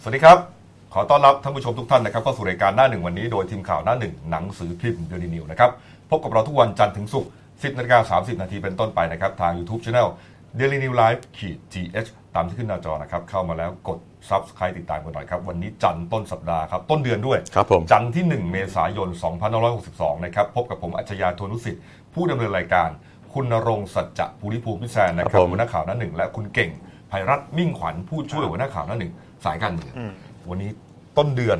สวัสดีครับ ขอต้อนรับท่านผู้ชมทุกท่านนะครับเข้าสู่รายการหน้าหนึ่งวันนี้โดยทีมข่าวหน้าหนึ่งหนังสือพิมพ์ยูนินิวนะครับพบกับเราทุกวันจันทร์ถึงศุกร์10นาฬิกา30 นาทีเป็นต้นไปนะครับ ทาง YouTube Channel Daily New Life ขีด GH ตามที่ขึ้นหน้าจอนะครับ เข้ามาแล้วกด Subscribe ติดตามกันหน่อยครับ วันนี้จันทร์ต้นสัปดาห์ครับ ต้นเดือนด้วย ครับผม จันทร์ที่ 1 เมษายน 2562 นะครับ พบกับผมอัจฉริยะโทนุสิทธิ์ ผู้ดำเนินรายการ คุณณรงค์สัจจะภูริภูมิพิแซนนะค ครั รับบ ผม หัวหน้าข่าวหน้าหนึ่งและคุณเก่งภัยรัตน์มิ่งขวัญผู้ช่วยหัวหน้าข่าวหน้าหนึ่งสายการเมืองวันนี้ต้นเดือน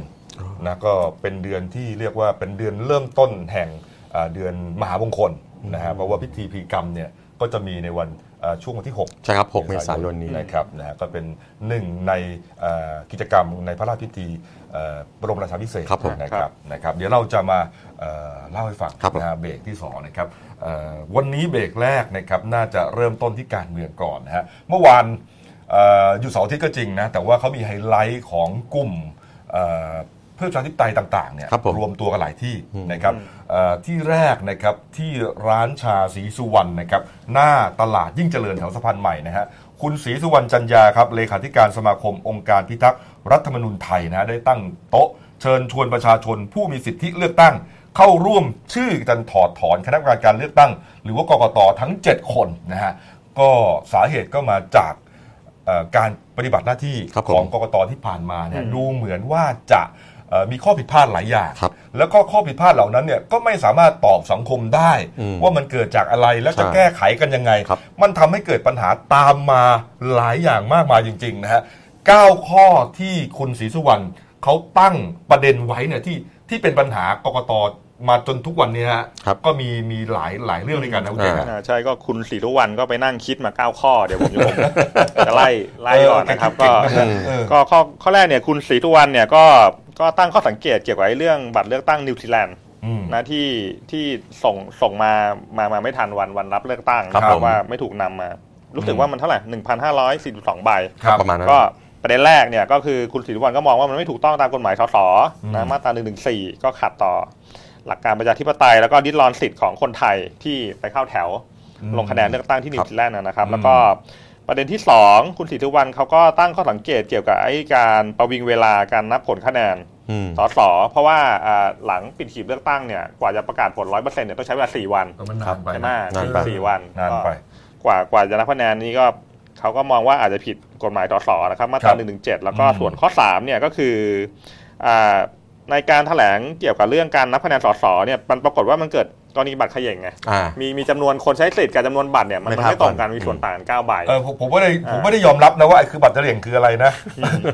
นะก็เป็นเดือนที่เรียกว่าเป็นเดือนเริ่มต้นแห่งเอ่อเดือนมหามงคลนะฮะเพราะว่าพิธีพีกรรมเนี่ยก็จะมีในวันเอ่อช่วงวันที่ 6 ใช่ครับ 6 เมษายนนี้ นะครับนะฮะก็เป็นหนึ่งในเอ่อกิจกรรมในพระราชพิธีเอ่อบรมราชาพิเศษก ครับผม นะครับนะครับ เดี๋ยวเราจะมาเอ่อเล่าให้ฟัง ครับผม นะฮะเบรกที่สองนะครับเอ่อวันนี้เบรกแรกนะครับน่าจะเริ่มต้นที่การเมืองก่อนนะฮะเมื่อวานเอ่ออยู่เสาร์อาที่ก็จริงนะแต่ว่าเขามีไฮไลท์ของกลุ่มเอ่อเพื่อประชาธิปไตยต่างๆเนี่ย ครับผม รวมตัวกันหลายที่นะครับเอ่อที่แรกนะครับที่ร้านชาศรีสุวรรณนะครับหน้าตลาดยิ่งเจริญแถวสะพานใหม่นะฮะคุณศรีสุวรรณจันยาครับเลขาธิการสมาคมองค์การพิทักษ์รัฐธรรมนูญไทยนะฮะได้ตั้งโต๊ะเชิญชวนประชาชนผู้มีสิทธิเลือกตั้ง เข้าร่วมชื่อกันถอดถอนคณะกรรมการการเลือกตั้ง หรือว่ากกตทั้ง 7 คนนะฮะก็สาเหตุก็มาจาก เอ่อการปฏิบัติหน้าที่ ครับผ ข ม องกกตที่ผ่านมาเนี่ยดูเหมือนว่าจะเอ่อมีข้อผิดพลาดหลายอย่าง ครับ แล้วก็ข้อผิดพลาดเหล่านั้นเนี่ยก็ไม่สามารถตอบสังคมได้ อืม ว่ามันเกิดจากอะไรและจะ ใช่ แก้ไขกันยังไง ครับ มันทำให้เกิดปัญหาตามมาหลายอย่างมากมายจริง ๆ นะฮะเก้าข้อที่คุณศรีสุวรรณเขาตั้งประเด็นไว้เนี่ยที่ที่เป็นปัญหากกตมาจนทุกวันเนี้ฮะ ครับ ก็มีมีหลายหลายเรื่องในการนะคุณเจนนะ อ่าใช่ก็คุณสีทุกวันก็ไปนั่งคิดมาเก้าข้อเดี๋ยว ผมจะผม จะไล่ไล่ก่อนนะครับก็ เออเก่งๆนะเออ ก็ข้อข้อแรกเนี่ยคุณสีทุกวันเนี่ยก็ก็ตั้งข้อสังเกตเกี่ยวกับไอ้เรื่องบัตรเลือกตั้งนิวซีแลนด์ อืม นะที่ที่ส่งส่งมามามาไม่ทันวันวันรับเลือกตั้ง ครับ นะครั ผ บ ม ว่าไม่ถูกนำมา รู้สึ อื ก ม ว่ามันเท่าไหร่1,542ใบ ครับ ประมาณนั้น ก็ประเด็นแรกเนี่ยก็คือคุณศรีทุกวันก็มองว่ามันไม่ถูกต้องตามกฎหมายสส อืม นะมาตรา1นึก็ขัดต่อ หลักการประชาธิปไตยแล้วก็ดิดรอนสิทธิ์ของคนไทยที่ไปเข้าแถว ลงคะแนนเลือกตั้งที่นิวซีแลนด์นะนะครับ อืม แล้วก็ประเด็นที่ 2 คุณศรีทุกวันเขาก็ตั้งข้อสังเกตเกี่ยวกับไอ้การประวิงเวลาการนับผลคะแนน อืม สอสอเพราะว่าอ่าหลังปิดหีบเลือกตั้งเนี่ยกว่าจะประกาศผลร้อยเปอร์เซ็นต์เนี่ยต้องใช้เวลาสี่วัน เออมันนานไป ใช่ไหม นานไป สี่วัน นานไป ก็ กว่ากว่าจะนับคะแนนนี้ก็เขาก็มองว่าอาจจะผิดกฎหมายต่อสอนะครับมาต ครั รา บ หนึ่งหนึ่งเจ็ดแล้วก็ อืม ส่วนข้อสามเนี่ยก็คืออ่าในการแถลงเกี่ยวกับเรื่องการนับคะแนนสสเนี่ยมันปรากฏว่ามันเกิดกรณีบัตรเขย่งไง อ่า มีมีจำนวนคนใช้สิทธิ์กับจำนวนบัตรเนี่ยมัน ไม่ มัน เท่า ไม่ตรงกัน กัน มีส่วนต่างกันเก้าใบ เออผมผมไม่ได้ อ่า ผมไม่ได้ยอมรับนะว่าไอ้คือบัตรเฉลี่ยงคืออะไรนะ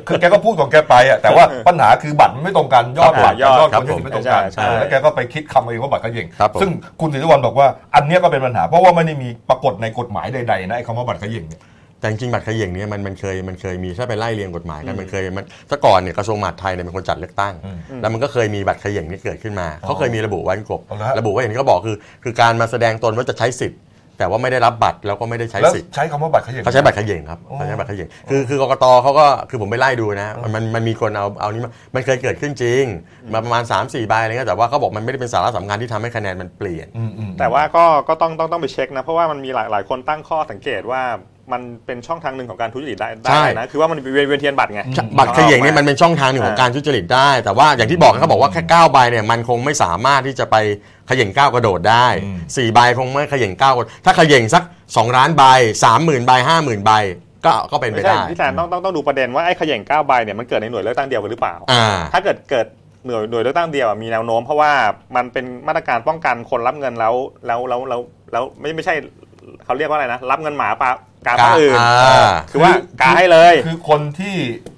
คือแกก็พูดของแกไปอ่ะแต่ว่าปัญหาคือบัตรมันไม่ตรงกันยอด ครับ บัตร ยอด ยอดคน ครับ ที่ ผม ไม่ตรงกัน ใช่ใช่ แล้วแกก็ไปคิดคำเองว่าบัตรเขย่ง ครับผม ซึ่งคุณสิริวัลบอกว่าอันเนี้ยก็เป็นปัญหา เพราะว่าไม่ได้มีปรากฏในกฎหมายใดๆนะไอ้คำว่าบัตรเขย่งเนี่ย แต่จริงๆบัตรเขย่งเนี่ยมันมันเคยมันเคยมีถ้าไปไล่เรียงกฎหมายกันมันเคยมันแต่ก่อนเนี่ยกระทรวงมหาดไทยเนี่ยเป็นคนจัดเลือกตั้ง แล้วมันก็เคยมีบัตรเขย่งนี่เกิดขึ้นมาเขาเคยมีระบุไว้กบ เอาละฮะ ระบุไว่าอย่างที่เขาบอกคือ คือการมาแสดงตนว่าจะใช้สิทธิ์ แต่ว่าไม่ได้รับบัตรแล้วก็ไม่ได้ใช้ แล้ว สิทธิ์ ใช้คำว่าบัตรเขย่ง เขาใช้บัตรเขย่งครับ อ๋อ เขาใช้บัตรเขย่งคือคือกกตเขาก็คือผมไปไล่ดูนะมันมันมันมีคนเอาเอานี้มามันเคยเกิดขึ้นจริง มาประมาณ 3 4ใบอะไรเงี้ยแต่ว่าเขาบอกมันไม่ได้เป็นสาระสำคัญที่ทำให้คะแนนมันเปลี่ยน อืมอืม แต่ว่าก็ก็ต้องต้องต้องไปเช็คนะเพราะว่ามันมีหลายหลายคนตั้งข้อสังเกตว่ามันเป็นช่องทางหนึ่งของการทุจริตได้ได้ ใช่ นะคือว่ามันเป็นเวียนเวียนเทียนบัตรไง บัตรเขย่งเนี่ยมันเป็นช่องทางหนึ่งของ อ่า การทุจริตได้ แต่ว่าอย่างที่บอกเขาบอกว่าแค่9ใบเนี่ยมันคงไม่สามารถที่จะไปเขย่งก้าวกระโดดได้ อืม สี่ใบคงไม่เขย่งก้าวกระโดดถ้าเขย่งสัก2ล้านใบ30,000ใบ50,000ใบก็ก็เป็นไป ไม่ใช่ ได้ พี่แซนต้องต้องต้องดูประเด็นว่าไอ้เขย่งก้าวใบเนี่ยมันเกิดในหน่วยเลือกตั้งเดียวกันหรือเปล่า อ่า ถ้าเกิดเกิดหน่วยหน่วยเลือกตั้งเดียวอะมีแนวโน้ม เพราะว่ามันเป็นมาตรการป้องกันคนรับเงินแล้วแล้วแล้วแล้วแล้วไม่ไม่ใช่เขาเรียกว่าอะไรนะรับเงินหมาปลากาปลาอื่น อ่า คือว่ากาให้เลย คือคนที่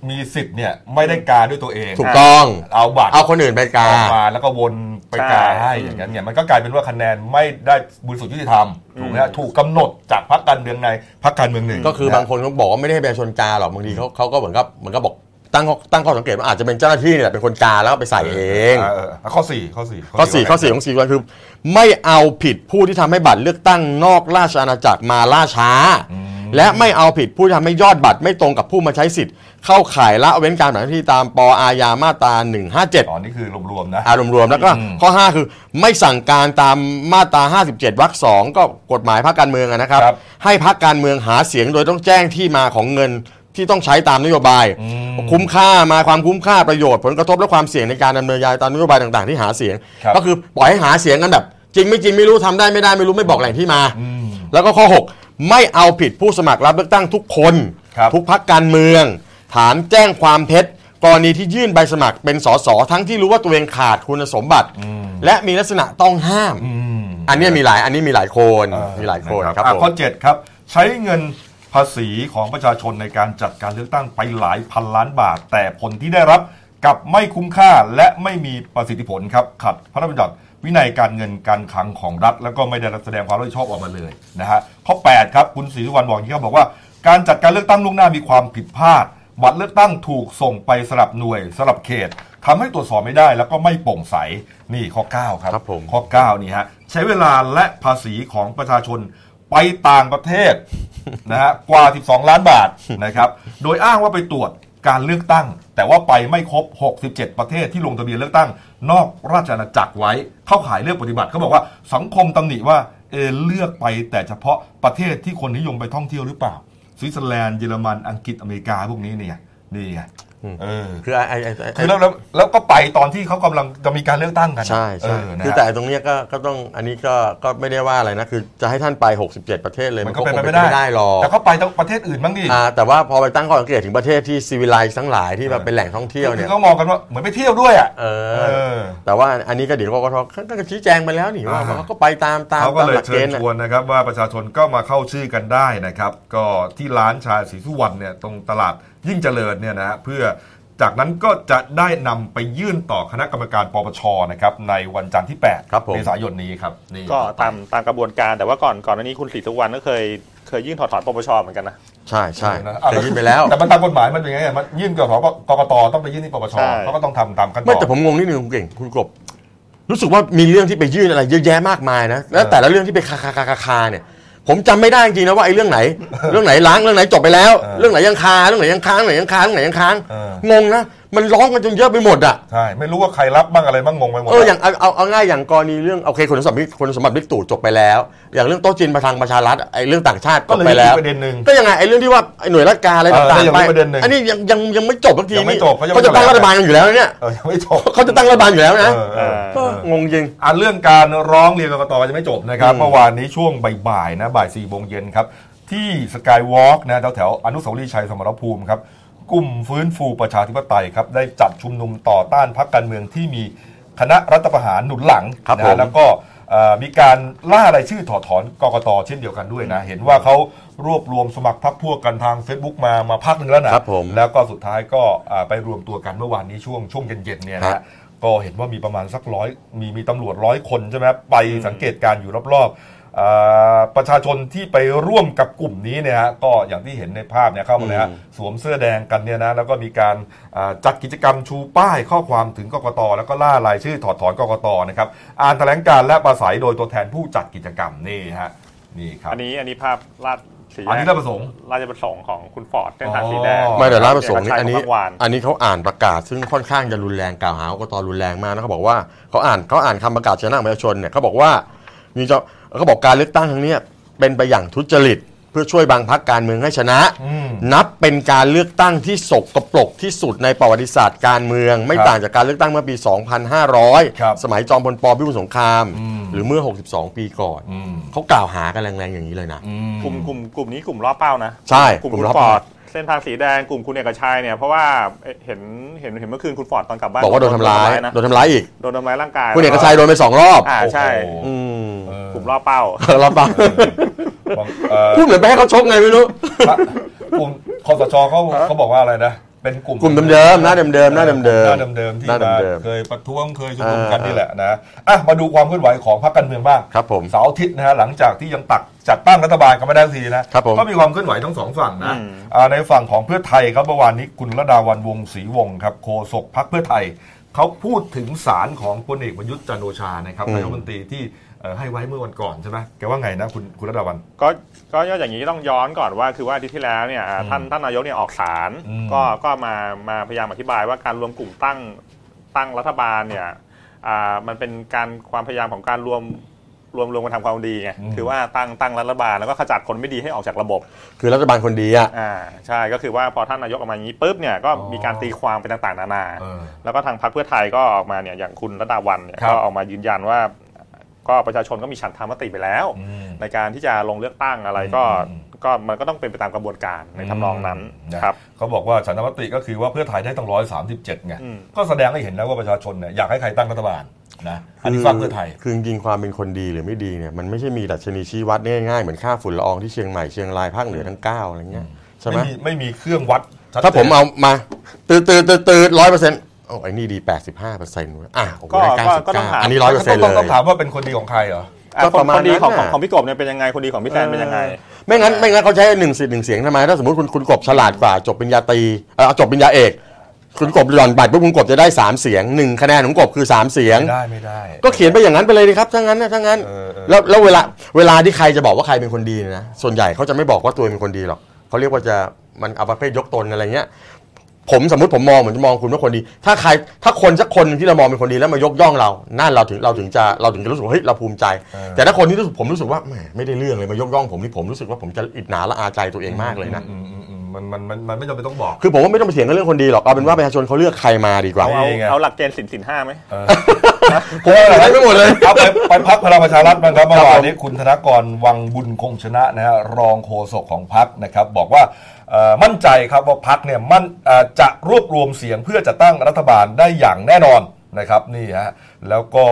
มีสิทธิ์เนี่ยไม่ได้กาด้วยตัวเอง ถูกต้อง เอาบัตร เอาคนอื่นไปกา ออกมาแล้วก็วนไปกา ใช่ ให้อย่างนั้นเนี่ยมันก็กลายเป็นว่าคะแนนไม่ได้บริสุทธิ์ยุติธรรมถูกไหมฮะถูกกำหนดจากพรรคการเมืองในพรรคการเมืองหนึ่ง ก็คือ นะ บางคนเขาบอกว่าไม่ได้ให้ประชาชนกาหรอกบางทีเขาเขาก็เหมือนกับเหมือนกับบอกตั้งข้อตั้งข้อสังเกตว่าอาจจะเป็นเจ้าหน้าที่เนี่ยแหละเป็นคนกาแล้วก็ไปใส่เอง าข้อสี่ข้อสี่ ข้อสี่ข้อสี่ของสี่วันคือ ไม่เอาผิดผู้ที่ทำให้บัตรเลือกตั้งนอกราชอาณาจักรมาล่าช้า และไม่เอาผิดผู้ที่ทำให้ยอดบัตรไม่ตรงกับผู้มาใช้สิทธิ์ เข้าข่ายละเว้นการปฏิบัติหน้าที่ตามปอาญามาตรา157 อ๋อนี่คือรวมๆนะ อารมณ์รวมแล้วก็ อืม ข้อ 5 คือไม่สั่งการตามมาตรา 57 วรรคสองก็กฎหมายพรรคการเมืองอะนะครับ ครับ ให้พรรคการเมืองหาเสียงโดยต้องแจ้งที่มาของเงิน ที่ต้องใช้ตามนโยบาย อืม คุ้มค่ามาความคุ้มค่าประโยชน์ ผลกระทบและความเสี่ยงในการดำเนินการตามนโยบายต่างๆ ที่หาเสียง ครับ ก็คือปล่อยให้หาเสียงกันแบบ จริงไม่จริงไม่รู้ทำได้ไม่ได้ไม่รู้ไม่บอกแหล่งที่มา อืม แล้วก็ข้อ 6 ไม่เอาผิดผู้สมัครรับเลือกตั้งทุกคน ครับ ทุกพักการเมือง ฐานแจ้งความเท็จ กรณีที่ยื่นใบสมัครเป็นสสทั้งที่รู้ว่าตัวเองขาดคุณสมบัติ และมีลักษณะต้องห้าม อืม อันเนี้ยมีหลายอันนี้มีหลายคน อ่ มีหลายคนครับ อ่ะ ผม ข้อเจ็ดครับ ใช้เงินภาษีของประชาชนในการจัดการเลือกตั้งไปหลายพันล้านบาท แต่ผลที่ได้รับกลับไม่คุ้มค่าและไม่มีประสิทธิผลครับขัดพระราชบัญญัติวินัยการเงินการคลังของรัฐ แล้วก็ไม่ได้รับแสดงความรับผิดชอบออกมาเลยนะฮะข้อ 8 ครับ คุณศรีสุวรรณบอกอย่างนี้ครับบอกว่า การจัดการเลือกตั้งล่วงหน้ามีความผิดพลาด บัตรเลือกตั้งถูกส่งไปสลับหน่วยสลับเขตทำให้ตรวจสอบไม่ได้แล้วก็ไม่โปร่งใสนี่ข้อเก้าครับ ครับผม ข้อ 9 นี่ฮะ ใช้เวลาและภาษีของประชาชนไปต่างประเทศ นะฮะกว่า 12 ล้านบาทนะครับ โดยอ้างว่าไปตรวจการเลือกตั้ง แต่ว่าไปไม่ครบ 67 ประเทศที่ลงทะเบียนเลือกตั้ง นอกราชอาณาจักรไว้ เข้าข่ายเลือกปฏิบัติเขาบอกว่าสังคมตำหนิว่าเออเลือกไปแต่เฉพาะประเทศที่คนนิยมไปท่องเที่ยวหรือเปล่าสวิตเซอร์แลนด์เยอรมันอังกฤษอเมริกาพวกนี้เนี่ยนี่ไงเออ คือไอ้ไอ้ไอ้ไอ้ คือแล้วแล้วแล้วก็ไปตอนที่เขากำลังจะมีการเลือกตั้งกัน ใช่ เอ ใช่ อนะฮะ คือแต่ตรงเนี้ยก็ก็ต้องอันนี้ก็ก็ไม่ได้ว่าอะไรนะ คือจะให้ท่านไป 67 ประเทศเลย มันก็เป็น ค ไป ง ไม่ได้ ไม่ได้หรอก แต่เขาไปทั้งประเทศอื่นบ้างดิ อ่าแต่ว่าพอไปตั้งข้อสังเกตถึงประเทศที่ซีวิไลซ์ทั้งหลายที่แบบเป็นแหล่งท่องเที่ยว คื เนี่ย อเขามองกันว่าเหมือนไปเที่ยวด้วยอ่ะ เอ เอ อ อ แต่ว่าอันนี้ก็เดี๋ยวกกทก็ชี้แจงไปแล้วนี่ว่า อ่า เขาก็ไปตามตาม เขาก็ ตาม เล ห ย ลักเก เชิญ ณชฑ์น่ะ วนนะครับว่าประชาชนก็มาเข้าชื่อกันได้นะครับ ก็ที่ร้านชาศรีสุวรรณเนี่ยตรงตลาดยิ่งเจริญเนี่ยนะฮะเพื่อจากนั้นก็จะได้นำไปยื่นต่อคณะกรรมการปปชนะครับในวันจันทร์ที่8 ครับผม เมษายนนี้ครับนี่ ก็ตามตามกระบวนการแต่ว่าก่อนก่อนหน้านี้คุณศรีสุวรรณก็เคยเคยยื่นถอดถอนปปชเหมือนกันนะ ใช่ใช่ นะ แต่ยื่นไปแล้ว แต่มันตามกฎหมายมันเป็นยังไงอ่ะมันยื่นกับสปกกตต้องไปยื่นที่ปปช ใช่ เขาก็ต้องทำตามขั้นต ไม่ อน แต่ผมงงนิดนึงคุณเก่งคุณกบ รู้สึกว่ามีเรื่องที่ไปยื่นอะไรเยอะแยะมากมายนะแล้วแต่ละเรื่องที่ไปคาคาคาคาคาเนี่ย ผมจำไม่ได้จริงๆนะว่าไอ้เรื่องไหน เรื่องไหนล้างเรื่องไหนจบไปแล้ว เออ เรื่องไหนยังคาเรื่องไหนยังค้างเรื่องไหนยังค้างเรื่องไหนยังค้าง เออ งงนะมันร้องกันจนเยอะไปหมดอ่ะ ใช่ไม่รู้ว่าใครรับบ้างอะไรบ้างงงไปหมด เอออย่างเอาเอาเอาง่ายอย่างกรณีเรื่องโอเคคุณสมบัติคุณสมบัติบิ๊กตู่จบไปแล้ว อย่างเรื่องโต๊ะจีนประทังประชารัฐไอ้เรื่องต่างชาติจบไปแล้ว ก็เลยมีประเด็นหนึ่ง ก็ยังไงไอ้เรื่องที่ว่าไอ้หน่วยราชการอะไร เออ ต่าง ก็ยั ๆ ง ไป มีประเด็นหนึ่ง อันนี้ยังยังยังไม่จบสักที ยังไม่ นี่ จบเขายังไม่ เขาจะตั้ง แถลง รัฐบาลกันอยู่แล้วเนี่ย เออยังไม่จบ เขาจะตั้งรัฐบาลอยู่แล้วนะ เออเออ ก็งงจริง อ่ะเรื่องการร้องเรียนกรกตยังไม่จบนะครับ อืม เมื่อวานนี้ช่วงบ่ายๆนะบ่ายสี่โมงเย็นครับ ที่สกายวอล์กนะแถวๆอนุสาวรีย์ชัยสมรภูมิครับ กลุ่มฟื้นฟูประชาธิปไตยครับ ได้จัดชุมนุมต่อต้านพรรคการเมืองที่มีคณะรัฐประหารหนุนหลัง ครับ นะ ผม ฮะแล้วก็เอ่อมีการล่ารายชื่อถอดถอนกกตเช่นเดียวกันด้วยนะ เห็นว่าเขารวบรวมสมัครพรรคพวกกันทาง Facebook มามาพักหนึ่งแล้วนะ ครับผม แล้วก็สุดท้ายก็อ่าไปรวมตัวกันเมื่อวานนี้ช่วงช่วงเย็นๆเนี่ยนะ ครั ฮะ บ ก็เห็นว่ามีประมาณสักร้อยมีมีตำรวจร้อยคนใช่ไหมครับไปสังเกตการณ์อยู่รอบๆอ่าประชาชนที่ไปร่วมกับกลุ่มนี้เนี่ยฮะก็อย่างที่เห็นในภาพเนี่ยเข้ามาเลยฮะสวมเสื้อแดงกันเนี่ยนะแล้วก็มีการอ่าจัดกิจกรรมชูป้ายข้อความถึงกกตแล้วก็ล่ารายชื่อถอดถอนกกตนะครับอ่านแถลงการณ์และปราศัยโดยตัวแทนผู้จัดกิจกรรมนี่ฮะนี่ครับ อันนี้อันนี้ภาพลาดสีแยก อันนี้เราประสงค์ ราชประสงค์ของคุณฟอร์ดเส้นทางสีแดง อ๋อ ไม่แต่ร้านประสงค์นี่ เกชัย อันนี้ ขงบางวาน อันนี้เขาอ่านประกาศ ซึ่งค่อนข้างจะรุนแรงกล่าวหากกตรุนแรงมากนะเขาบอกว่าเขาอ่านเขาอ่านคำประกาศชนะของประชาชนเนี่ยเขาบอกว่ามีเจ้าเขาบอกการเลือกตั้งครั้งเนี้ยเป็นไปอย่างทุจริต เพื่อช่วยบางพักการเมืองให้ชนะ อืม นับเป็นการเลือกตั้งที่สกปรกที่สุดในประวัติศาสตร์การเมือง ไม่ ครับ ต่างจากการเลือกตั้งเมื่อปี ครับ 2500 สมัยจอมพลปพิบูลสงคราม อืม หรือเมื่อ 62 ปีก่อน อืม เขากล่าวหากันแรงๆอย่างนี้เลยนะ อืม กลุ่มกลุ่มกลุ่มนี้กลุ่มล่อเป้านะ ใช่ กลุ่ม กลุ่มคุณ ล่อ ฟ เป้า อร์ดเส้นทางสีแดงกลุ่มคุณเอกชัยเนี่ยเพราะว่าเอ่อเห็นเห็นเห็นเมื่อคืนคุณฟอร์ดตอนกลับบ้าน บอกว่าโดนทำร้าย นะ โดนทำร้ายอีก โดนทำร้ายร่างกาย คุณเอกชัยโดนไปสองรอบ อ่าใช่ โอ้โห อืม กลุ่มล่อเป้า เราฟัง บอกเอ่อ พูดเหมือนไปให้เขาชกไงไม่รู้ ครับกลุ่มคอสชเขาเขาบอกว่าอะไรนะ เป็นกลุ่ม กลุ่มเดิมๆหน้าเดิมๆหน้าเดิมๆ หน้าเดิมๆที่ หน้า มา เดิมๆ เคยประท้วงเคยชุมนุมกัน เออ นี่แหละนะอ่ะมาดูความเคลื่อนไหวของพรรคการเมืองบ้าง ครับผม เสาร์อาทิตย์นะฮะหลังจากที่ยังตักจัดตั้งรัฐบาลกันไม่ได้สักทีนะครับ ผม ก็มีความเคลื่อนไหวทั้งสองฝั่งนะ อืม อ่าในฝั่งของเพื่อไทยครับเมื่อวานนี้คุณระดาวันวงศ์ศรีวงศ์ครับโฆษกพรรคเพื่อไทยเขาพูดถึงสารของพลเอกประยุทธ์จันทร์โอชานะครับนายกรัฐมนตรีที่เอ่อให้ไว้เมื่อวันก่อนใช่ไหมแกว่าไงนะคุณคุณระดาวัน ก็ก็ย่ออย่างนี้ต้องย้อนก่อนว่าคือว่าอาทิตย์ที่แล้วเนี่ยอ่าท่านท่านนายกเนี่ยออกสาร อืม ก็ก็มามาพยายามอธิบายว่าการรวมกลุ่มตั้งตั้งรัฐบาลเนี่ยอ่ามันเป็นการความพยายามของการรวม รวมรวมกันทำความดีไงคือว่าตั้งตั้งรัฐบาลแล้วก็ขจัดคนไม่ดีให้ออกจากระบบ คือรัฐบาลคนดีอะ อ่าใช่ก็คือว่าพอท่านนายกออกมาอย่างนี้ปุ๊บเนี่ยก็ อ๋อ มีการตีความไปต่างๆ นานา เออ แล้วก็ทางพรรคเพื่อไทยก็ออกมาเนี่ยอย่างคุณระดาวันเนี่ย ครับ ก็ออกมายืนยันว่า ก็ประชาชนก็มีฉันทามติไปแล้ว อืม ในการที่จะลงเลือกตั้งอะไรก็ อืม ก็มันก็ต้องเป็นไปตามกระบวนการในทำนองนั้น นะครับ เขาบอกว่าฉันธรรมติก็คือว่าเพื่อไทยได้ตั้งร้อยสามสิบเจ็ดไง อืม ก็แสดงให้เห็นนะว่าประชาชนเนี่ยอยากให้ใครตั้งรัฐบาลนะอันนี้ฝากเพื่อไทย คือจริงๆความเป็นคนดีหรือไม่ดีเนี่ยมันไม่ใช่มีดัชนีชี้วัดได้ง่ายๆเหมือนค่าฝุ่นละอองที่เชียงใหม่เชียงรายภาคเหนือทั้งเก้าอะไรเงี้ยใช่ไหม ไม่มีไม่มีเครื่องวัดชัดจน ถ้าผมเอามาตืดตืดตืดตืดร้อยเปอร์เซ็นต์โอ้ไอ้นี่ดีแปดสิบห้าเปอร์เซ็นต์อ่ะโอ้โห ก็ ได้เก้าสิบ ก็ต้อง เก้า ถาม อันนี้ร้อยเปอร์เซ็นต์ ต้ เล ง ย ต้องถามว่าเป็นคนดีของใครเหรอ อ่ะ ก็ประมาณ คนดีของ นั้น ของ น่ะ ของพี่กบเนี่ยเป็นยังไงคนดีของพี่แซนเป็นยังไง ไม่งั้นไม่งั้นเขาใช้หนึ่งสิทธิ์หนึ่งเสียงทำไมถ้าสมมติคุณคุณกบฉลาดกว่าจบปริญญาตรีเออจบปริญญาเอก คุณกบหย่อนบัตรปุ๊บคุณกบจะได้สามเสียงหนึ่งคะแนนของกบคือสามเสียง ไม่ได้ไม่ได้ ก็เขียนไปอย่างนั้นไปเลยดีครับถ้างั้นนะถ้างั้น เออเออ แล้วแล้วเวลาเวลาที่ใครจะบอกว่าใครเป็นคนดีเนี่ยนะส่วนใหญ่เขาจะไม่บอกว่าตัวเองเป็นคนดีหรอกเขาเรียกว่าจะมันเอาประเภทยกตนอะไรเงี้ย ผมสมมติผมมองผมจะมองคุณว่าคนดี ถ้าใครถ้าคนสักคนหนึ่งที่เรามองเป็นคนดีแล้วมายกย่องเรานั่นเราถึงเราถึงจะเราถึงจะรู้สึกว่าเฮ้ยเราภูมิใจ แต่ถ้าคนที่รู้สึกผมรู้สึกว่าแหมไม่ได้เรื่องเลยมายกย่องผมนี่ผมรู้สึกว่าผมจะอิจฉาละอาใจตัวเองมากเลยนะ อืมอืมอืมมันมันมันมันไม่จำเป็นต้องบอก คือผมว่าไม่ต้องไปเถียงกันเรื่องคนดีหรอกเอาเป็นว่าประชาชนเขาเลือกใครมาดีกว่า เอาเอา นี่ไง เอาหลักเกณฑ์สินสินห้าไหม ผมว่าอะไรไม่หมดเลย เอาไปไปพักพลังประชารัฐบ้างครับ ค เมื่ รับ อ ผม วานนี้คุณธนกรวังบุญคงชนะนะฮะรองโฆษกของพักนะครับ บอกว่าเอ่อมั่นใจครับว่าพักเนี่ยมันเอ่อจะรวบรวมเสียงเพื่อจะตั้งรัฐบาลได้อย่างแน่นอนนะครับนี่ฮะแล้วก็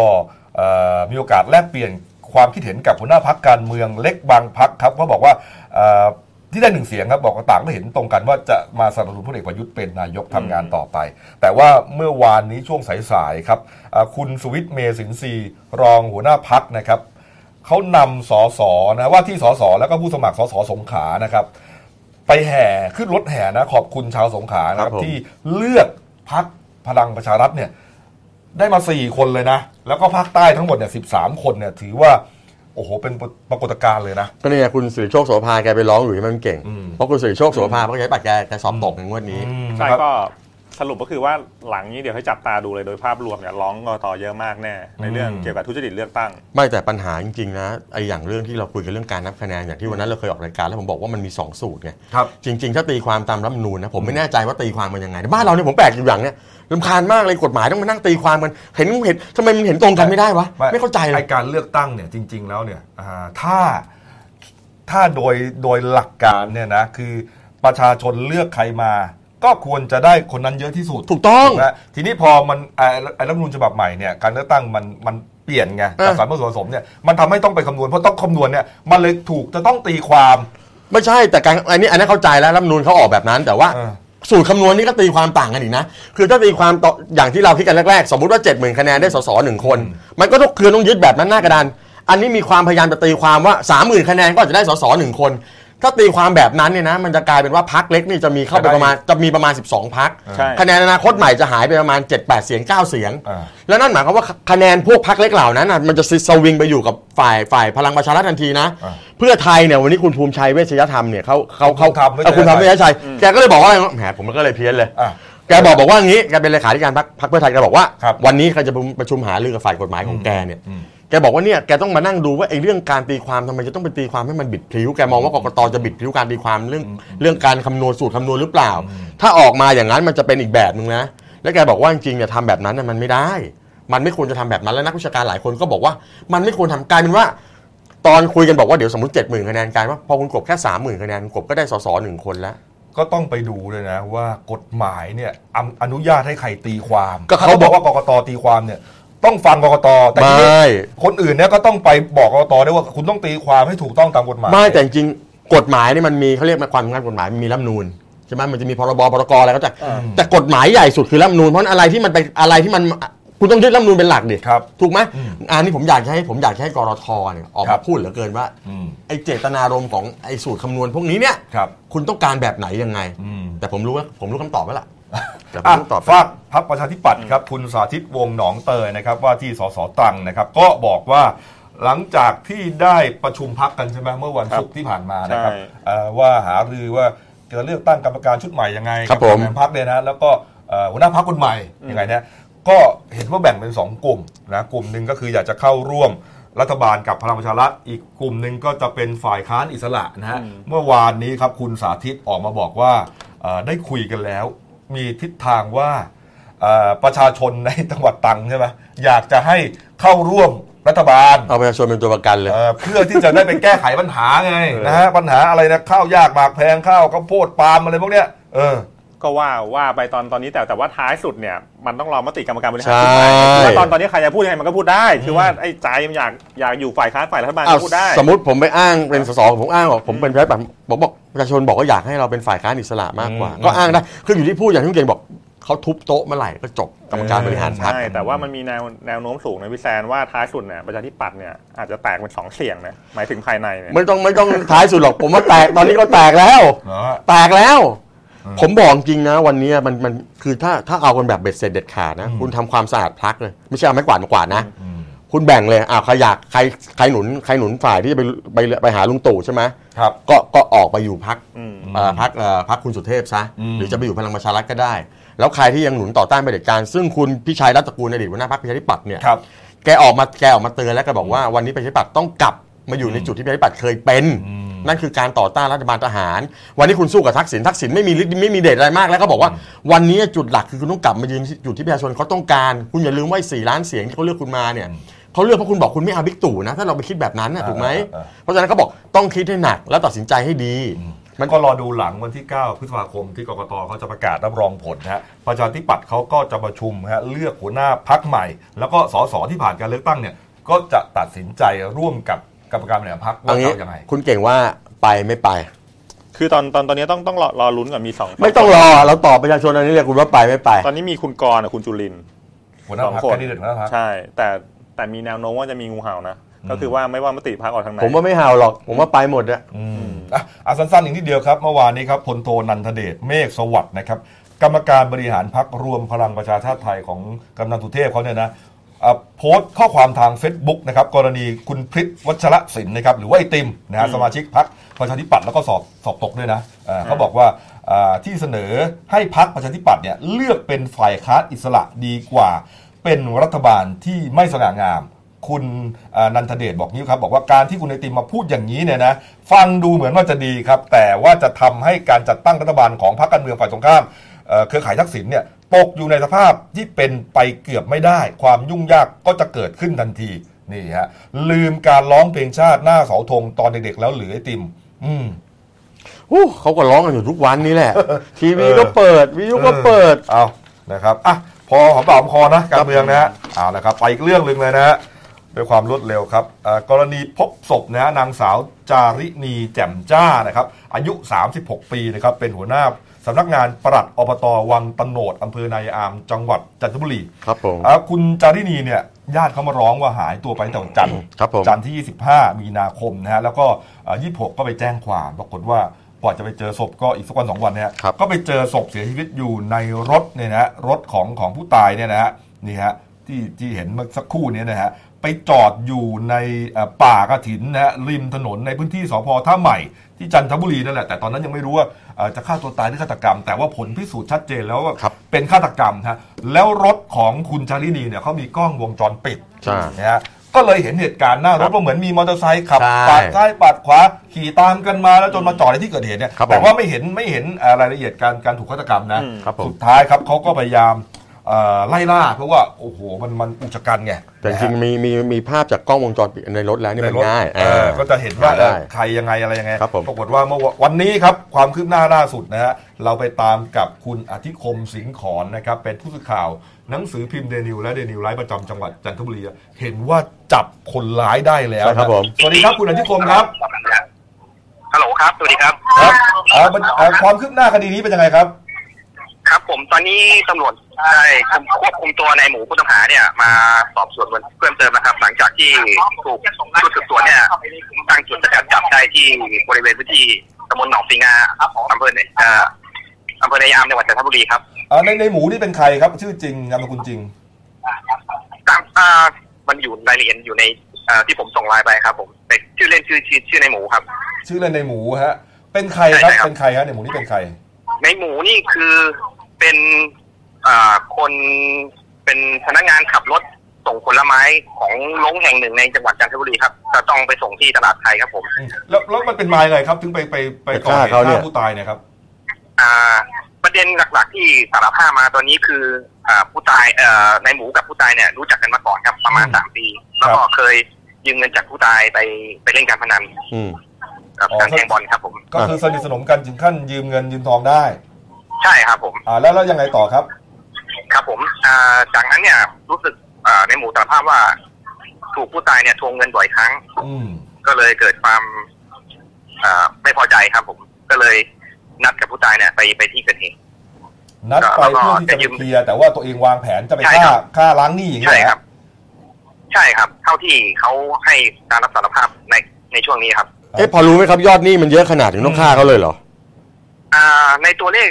เอ่อมีโอกาสแลกเปลี่ยนความคิดเห็นกับหัวหน้าพักการเมืองเล็กบางพักครับว่าบอกว่าเอ่อที่ได้หนึ่งเสียงครับบอกว่าต่างก็เห็นตรงกันว่าจะมาสนับสนุนพลเอกประยุทธ์เป็นนายกทำงานต่อไป แต่ว่าเมื่อวานนี้ช่วงสายๆครับเอ่อคุณสุวิทย์เมสินทรีย์รองหัวหน้าพักนะครับ เขานำสอสอนะว่าที่สอสอแล้วก็ผู้สมัครสอสอสงขลานะครับ ไปแห่ขึ้นรถแห่นะขอบคุณชาวสงขลานะครั ครับ บผม ที่เลือกพักพลังประชารัฐเนี่ย ได้มาสี่คนเลยนะ แล้วก็ภาคใต้ทั้งหมดเนี่ยสิบสามคนเนี่ย ถือว่า โอ้โห เป็นปรากฏการณ์เลยนะ ก็เนี่ยคุณสิริโชคโสภาแกไปร้องอยู่ที่มันเก่ง อืม เพราะคุณสิริโชคโสภาเพราะแกบัตรแกแกสอบตกในงวดนี้ ใช่ นะครับ ก็สรุปก็คือว่าหลังนี้เดี๋ยวให้จับตาดูเลยโดยภาพรวมเนี่ยร้องกตเยอะมากแน่ ในเรื่อง อืม เกี่ยวกับทุจริตเลือกตั้ง ไม่แต่ปัญหาจริงๆนะไออย่างเรื่องที่เราคุยกันเรื่องการนับคะแนนอย่างที่วันนั้นเราเคยออกรายการแล้วผมบอกว่ามันมี 2 สูตรไง ครับ จริง ๆ ถ้าตีความตามรัฐธรรมนูญนะผมไม่แน่ใจว่าตีความมันยังไงแต่บ้านเราเนี่ยผมแปลกอยู่อย่างเนี่ยลำคาญมากเลยกฎหมายต้องมานั่งตีความกันเห็นเห็นทำไมมันเห็นตรงกันไม่ได้วะไม่เข้าใจเลย ไอการเลือกตั้งเนี่ยจริง ๆ แล้วเนี่ยอ่าถ้าถ้าโดยโดยหลักการเนี่ยนะคือประชาชนเลือกใครมา ก็ควรจะได้คนนั้นเยอะที่สุด ถูกต้อง ไหมทีนี้พอมันไอ้ไอ้รัฐธรรมนูญฉบับใหม่เนี่ยการเลือกตั้งมันมันเปลี่ยนไง เออ จากสารผสมผสมเนี่ยมันทำให้ต้องไปคำนวณเพราะต้องคำนวณเนี่ยมันเลยถูกจะต้องตีความ ไม่ใช่แต่การอันนี้อันนั้นเข้าใจแล้วรัฐธรรมนูญเขาออกแบบนั้น แต่ว่า เออ สูตรคำนวณนี่ก็ตีความต่างกันอีกนะคือถ้าตีความต่ออย่างที่เราคิดกันแรกๆ สมมติว่า 7 0,000คะแนนได้สสหนึ่งคน มันก็ต้องคือต้องยึดแบบนั้นหน้ากระดานอันนี้มีความพยายามจะตีความว่า 30,000คะแนนก็อาจจะได้สสหนึ่งคน ถ้าตีความแบบนั้นเนี่ยนะมันจะกลายเป็นว่าพักเล็กนี่จะมีเข้าไปประมาณจะมีประมาณ 12พัก ใช่ คะแนนอนาคตใหม่จะหายไปประมาณ 7-8 เสียง 9 เสียง เออ แล้วนั่นหมายความว่าคะแนนพวกพักเล็กเหล่านั้นน่ะมันจะสวิงไปอยู่กับฝ่ายฝ่ายพลังประชารัฐทันทีนะ อ่ะ เพื่อไทยเนี่ยวันนี้คุณภูมิชัยเวชยธรรมเนี่ยเขาเขาเขา คุณภูมิธรรมเวชยธรรม เอ่อคุณทำเวชยชัยแกก็เลยบอกว่าอะไรแหมผมก็เลยเพี้ยนเลย อ่ะ แกบอกบอกว่าอย่างนี้แกเป็นเลขาธิการพรรคพรรคเพื่อไทยแกบอกว่า ครับ วันนี้ใครจะประชุมหารือกับฝ่ายกฎหมายของแกเนี่ยแกบอกว่าเนี่ยแกต้องมานั่งดูว่าไอ้เรื่องการตีความทำไมจะต้องไปตีความให้มันบิดพลิ้วแกมองว่ากกตจะบิดพลิ้วการตีความเรื่องเรื่องการคำนวณสูตรคำนวณหรือเปล่า ถ้าออกมาอย่างนั้นมันจะเป็นอีกแบบหนึ่งนะแล้วแกบอกว่าจริงๆเนี่ยทำแบบนั้นน่ะมันไม่ได้ มันไม่ควรจะทำแบบนั้นแล้วนักวิชาการหลายคนก็บอกว่า มันไม่ควรทำกลายเป็นว่า ตอนคุยกันบอกว่าเดี๋ยวสมมติ70,000คะแนนกลายว่าพอคุณกบแค่30,000คะแนนคุณกบก็ได้สสหนึ่งคนแล้ว ก็ต้องไปดูเลยนะว่ากฎหมายเนี่ยอำอนุญาตให้ใครตีความ ก็เขา ถ้บอกว่ากกตตีความเนี่ย ต้องฟังกกตแต่ทีนี้ ไม่ คนอื่นเนี่ยก็ต้องไปบอกกกตด้วยว่าคุณต้องตีความให้ถูกต้องตามกฎหมาย ไม่แต่จริงๆกฎหมายนี่มันมีเขาเรียกมาความสำคัญกฎหมายมันมีรัฐธรรมนูนใช่ไหมมันจะมีพรบพรกอะไรก็จะแต่กฎหมายใหญ่สุดคือรัฐธรรมนูนเพราะอะไรที่มันไปอะไรที่มันคุณต้องยึดรัฐธรรมนูนเป็นหลักดิ ครับ ถูกไหม อืม อันนี้ผมอยากจะให้ผมอยากจะให้กรทเนี่ยออก ครั มา บ พูดเหลือเกินว่า อืม ไอ้เจตนารมณ์ของไอ้สูตรคำนวณพวกนี้เนี่ย ครับ ณต้องการแบบไหนยังไง อืม แต่ผมรู้ว่าผมรู้คำตอบแล้วล่ะแต่ผม อ่ะ รู้คำตอบ ฝากพักประชาธิปัตย์ครับคุณสาธิตวงศ์หนองเตยนะครับว่าที่สสตรังนะครับ ก็บอกว่าหลังจากที่ได้ประชุมพักกันใช่ไหมเมื่อวันศุกร์ที่ผ่านมานะครับ ใช่ เอ่อว่าหารือว่าจะเลือกตั้งกรรมการชุดใหม่ยังไง ครับผม แนนพักเนี่ยนะแล้วก็เอ่อหัวหน้าพักคนใหม่ยังไงนะก็เห็นว่าแบ่งเป็นสองกลุ่มนะกลุ่มหนึ่งก็คืออยากจะเข้าร่วม รัฐบาลกับพลังประชารัฐอีกกลุ่มหนึ่งก็จะเป็นฝ่ายค้านอิสระนะฮะ เมื่อวานนี้ครับคุณสาธิตออกมาบอกว่าเอ่อได้คุยกันแล้ว มีทิศทางว่าเอ่อประชาชนในจังหวัดตรังใช่ไหมอยากจะให้เข้าร่วมรัฐบาล เอาประชาชนเป็นตัวประกันเลย เอ่อเพื่อที่จะได้ไปแก้ไขปัญหาไงนะฮะปัญหาอะไรนะข้าวยากหมากแพงข้าวข้าวโพดปาล์มอะไรพวกเนี้ยเออ ก็ว่าว่าไปตอนตอนนี้แต่แต่ว่าท้ายสุดเนี่ยมันต้องรอมติกรรมการบริหาร ใช่ ถูกไหมคือว่าตอนตอนนี้ใครจะพูดยังไงมันก็พูดได้ คือว่าไอ้ใจมันอยากอยากอยู่ฝ่ายค้านฝ่ายรัฐบาล อ้าว ก็พูดได้ สมมติผมไปอ้างเป็นสสผมอ้างว่าผมเป็นประชาธิปัตย์ผมบอกประชาชนบอกว่าอยากให้เราเป็นฝ่ายค้านอิสระมากกว่า อืม ก็อ้างได้คืออยู่ที่พูดอย่างที่คุณเก่งบอกเขาทุบโต๊ะเมื่อไหร่ก็จบกรรมการบริหารพรรค ใช่ แต่ว่ามันมีแนวแนวโน้มสูงนะพี่แซนว่าท้ายสุดเนี่ยประชาธิปัตย์เนี่ยอาจจะแตกเป็นสองเสียงนะหมายถึงภายในเนี่ย ไม่ต้องไม่ต้องท้ายสุดหรอกผมว่าแตกตอนนี้ก็แตกแล้ว เหรอฮะ แตกแล้ว ผมบอกจริงนะ วันนี้มันมันคือถ้าถ้าเอากันแบบเบ็ดเสร็จเด็ดขาดนะ อืม คุณทำความสะอาดพักเลย ไม่ใช่เอาไม้กวาดมากวาดนะ คุณแบ่งเลยอ่าใครอยากใครใครหนุนใครหนุนฝ่ายที่จะไปไปไปหาลุงตู่ใช่ไหม ครับ ก็ก็ออกไปอยู่พัก อืม พักพักคุณสุเทพซะ อืม หรือจะไปอยู่พลังประชารัฐก็ได้ แล้วใครที่ยังหนุนต่อต้านเผด็จการซึ่งคุณพิชัยรัตนตระกูลอดีตหัวหน้าพรรคประชาธิปัตย์เนี่ย ครับ แกออกมาแกออกมาเตือนแล้วก็บอกว่าวันนี้ประชาธิปัตย์ต้องกลับมาอยู่ในจุดที่ประชาธิปัตย์เคยเป็น อืม นั่นคือการต่อต้านรัฐบาลทหาร วันนี้คุณสู้กับทักษิณทักษิณไม่มีฤทธิ์ไม่มีเดชอะไรมากแล้วก็บอกว่า วันนี้จุดหลักคือคุณต้องกลับมายืนที่จุดที่ประชาชนเขาต้องการ คุณอย่าลืมว่าสี่ล้านเสียงที่เขาเลือกคุณมาเนี่ยเขาเลือกเพราะคุณบอกคุณไม่เอาบิ๊กตู่นะถ้าเราไปคิดแบบนั้นนะถูกไหม เออเออ เพราะฉะนั้นเขาบอกต้องคิดให้หนักแล้วตัดสินใจให้ดี มันก็รอดูหลังวันที่ 9 พฤษภาคมที่กกตเขาจะประกาศรับรองผลนะฮะประชาธิปัตย์เขาก็จะประชุมฮะเลือกหัวหน้าพักใหม่ แล้วก็สสที่ผ่านการเลือกตั้งเนี่ยก็จะตัดสินใจร่วมกับกรรมการบริหารพรรค เอา ว่าจะ งี้ เอายังไง คุณเก่งว่าไปไม่ไป คือตอนตอนตอนนี้ต้องต้องรอรอลุ้นก่อนมีสอง ไม่ต้องรอเราตอบประชาชนอันนี้เลยคุณว่าไปไม่ไป ตอนนี้มีคุณกรณ์กับคุณจุลินทร์ หัวหน้า สอง พรรค คน แคนดิเดตหัวหน้าพรรค ใช่ แต่แต่มีแนวโน้มว่าจะมีงูเห่านะ ก็คือว่าไม่ว่ามติพักออกทางไหน ผมว่าไม่ห่าวหรอก ผมว่าไปหมดอะ อ่ะอ่ะสั้นๆอีกนิดเดียวครับ เมื่อวานนี้ครับพลโทนันทเดชเมฆสวัสดิ์นะครับ กรรมการบริหารพักรวมพลังประชาชาติไทยของกำนันสุเทพเขาเนี่ยนะอ่ะโพสต์ข้อความทาง Facebook นะครับ กรณีคุณพริษวัชระศิลป์นะครับ หรือว่าไอติมนะฮะสมาชิกพักประชาธิปัตย์แล้วก็สอบสอบตกด้วยนะอ่าเขาบอกว่าอ่าที่เสนอให้พักประชาธิปัตย์เนี่ยเลือกเป็นฝ่ายค้านอิสระดีกว่า เป็นรัฐบาลที่ไม่สง่างาม คุณเอ่อนันทเดชบอกนี้วครับ บอกว่าการที่คุณไอติมมาพูดอย่างนี้เนี่ยนะฟังดูเหมือนว่าจะดีครับ แต่ว่าจะทำให้การจัดตั้งรัฐบาลของพรรคการเมืองฝ่ายตรงข้ามเอ่อเครือข่ายทักษิณเนี่ยตกอยู่ในสภาพที่เป็นไปเกือบไม่ได้ ความยุ่งยากก็จะเกิดขึ้นทันทีนี่ฮะลืมการร้องเพลงชาติหน้าเสาธงตอนเด็กๆแล้วหรือไอติม อืม อู้เขาก็ร้องกันอยู่ทุกวัน นี้แหละ ทีวี เออ ก็เปิด วิทยุก็เปิด เอานะครับอ่ะพอหอมปากหอมคอนะการเมืองนะฮะเอาละครับ ไปอีกเรื่องหนึ่งเลยนะฮะด้วยความรวดเร็วครับเอ่อกรณีพบศพนะฮะนางสาวจาริณีแจ่มจ้านะครับ อายุ 36 ปีนะครับ เป็นหัวหน้าสำนักงานปลัดอบตวังตะโหนดอำเภอนายอามจังหวัดจันทบุรี ครับผม อ่ะคุณจาริณีเนี่ยญาติเขามาร้องว่าหายตัวไปตั้งแต่วันจันทร์ ครับผม จันทร์ที่ 25 มีนาคมนะฮะ แล้วก็เอ่อ26 ก็ไปแจ้งความ ปรากฏว่ากว่าจะไปเจอศพก็อีกสักวันสองวันนะฮะ ครับ ก็ไปเจอศพเสียชีวิตอยู่ในรถเนี่ยนะฮะ รถของของผู้ตายเนี่ยนะฮะ นี่ฮะ ที่ที่เห็นเมื่อสักครู่เนี้นะฮะ ไปจอดอยู่ในเอ่อป่ากระถินนะฮะ ริมถนนในพื้นที่สพท่าใหม่ ที่จันทบุรีนั่นแหละ แต่ตอนนั้นยังไม่รู้ว่าเอ่อจะฆ่าตัวตายหรือฆาตกรรม แต่ว่าผลพิสูจน์ชัดเจนแล้วว่าเป็นฆาตกรรมฮะ แล้วรถของคุณจารินีเนี่ยเขามีกล้องวงจรปิด ใช่ นะฮะก็เลยเห็นเหตุการณ์หน้ารถว่าเหมือนมีมอเตอร์ไซค์ขับ ใช่ ปาดซ้ายปาดขวาขี่ตามกันมาแล้วจนมาจอดในที่เกิดเหตุเนี่ย ครับผม แต่ว่าไม่เห็นไม่เห็นเอ่อรายละเอียดการการถูกฆาตกรรมนะครับ ผม สุดท้ายครับเขาก็พยายามเอ่อไล่ล่าเพราะว่าโอ้โหมันมันอุกชะกันไง แต่จริงๆมีมีมีภาพจากกล้องวงจรปิดในรถแล้วนี่ ใน มัน รถ ง่าย เออ อ่า ก็จะเห็นว่า ได้ เออใครยังไงอะไรยังไง ครับผม ปรากฏว่าเมื่อวันวันนี้ครับความคืบหน้าล่าสุดนะฮะเราไปตามกับคุณอธิคมสิงห์ขอนนะครับเป็นผู้สื่อข่าวหนังสือพิมพ์เดนิวและเดนิวไลฟ์ประจำจังหวัดจันทบุรีเห็นว่าจับคนร้ายได้แล้ว ใช่ครับผม สวัสดีครับคุณอธิคมครับ ฮัลโหลครับ สวัสดีครับ ครับเอ่อมันเอ่อความคืบหน้าคดีนี้เป็นยังไงครับ ครับผมตอนนี้ตำรวจได้ควบคุมตัวในหมูผู้ต้องหาเนี่ย มาสอบสวนเพิ่มเติมนะครับ หลังจากที่ถูกชุดสืบสวนเนี่ยตั้งจุดสกัดจับได้ที่บริเวณพื้นที่ตำบลหนองสีงาอำเภอเนี่ยเอ่ออำเภอนายามจังหวัดจันทบุรีครับ เอ่อในในหมูนี่เป็นใครครับ ชื่อจริงนามสกุลจริง ตามอ่ามันอยู่รายละเอียดอยู่ในเอ่อที่ผมส่งไลน์ไปครับ ผมแต่ชื่อเล่นชื่อชื่อชื่อในหมูครับ ชื่อเล่นในหมูฮะเป็นใครครับ ใช่ครับ เป็นใครฮะในหมูนี่เป็นใคร ในหมูนี่คือเป็นอ่าคนเป็นพนักงานขับรถ ส ส่งผลไม้ของลงแห่งหนึ่งในจังหวัดจันทบุรีครับจะต้องไปส่งที่ตลาดไทยครับผม แล้วแล้วมันเป็นมายังไงครับ ถึงไปไปไป ไป ก่อ ฆ่า เหตุ เขาเนี่ย ฆ่าผู้ตายเนี่ยครับ อ่าประเด็นหลักๆที่สารภาพมาตอนนี้คืออ่าผู้ตายเอ่อในหมูกับผู้ตายเนี่ยรู้จักกันมาก่อนครับประมาณ อืม สามปี แล้วก็เคยยืมเงินจากผู้ตายไปไปเล่นการพนัน อืม กับ อ๋อ การแข่งบอลครับผม ก็คือสนิทสนมกันถึงขั้นยืมเงินยืมทองได้ ใช่ครับผม อ่าแล้วแล้วยังไงต่อครับ ครับผมอ่าจากนั้นเนี่ยรู้สึกอ่าในหมูสารภาพว่า ถูกผู้ตายเนี่ยทวงเงินบ่อยครั้ง อืม ก็เลยเกิดความอ่าไม่พอใจครับผม ก็เลยนัดกับผู้ตายเนี่ยไปไปที่เกิดเหตุ นัดไปเพื่อที่จะไปเคลียร์แต่ว่าตัวเองวางแผนจะไป ใช่ ฆ่า ครับ ฆ่าล้างหนี้อย่างเงี้ ใช่ ยเหรอ ค ฮะ รับ ใช่ครับ เท่าที่เขาให้การรับสารภาพในในช่วงนี้ครับ ครับ เอ๊ะพอรู้ไหมครับยอดหนี้มันเยอะขนาดถึงต้องฆ่าเขาเลยเหรอ อ่า ในตัวเลข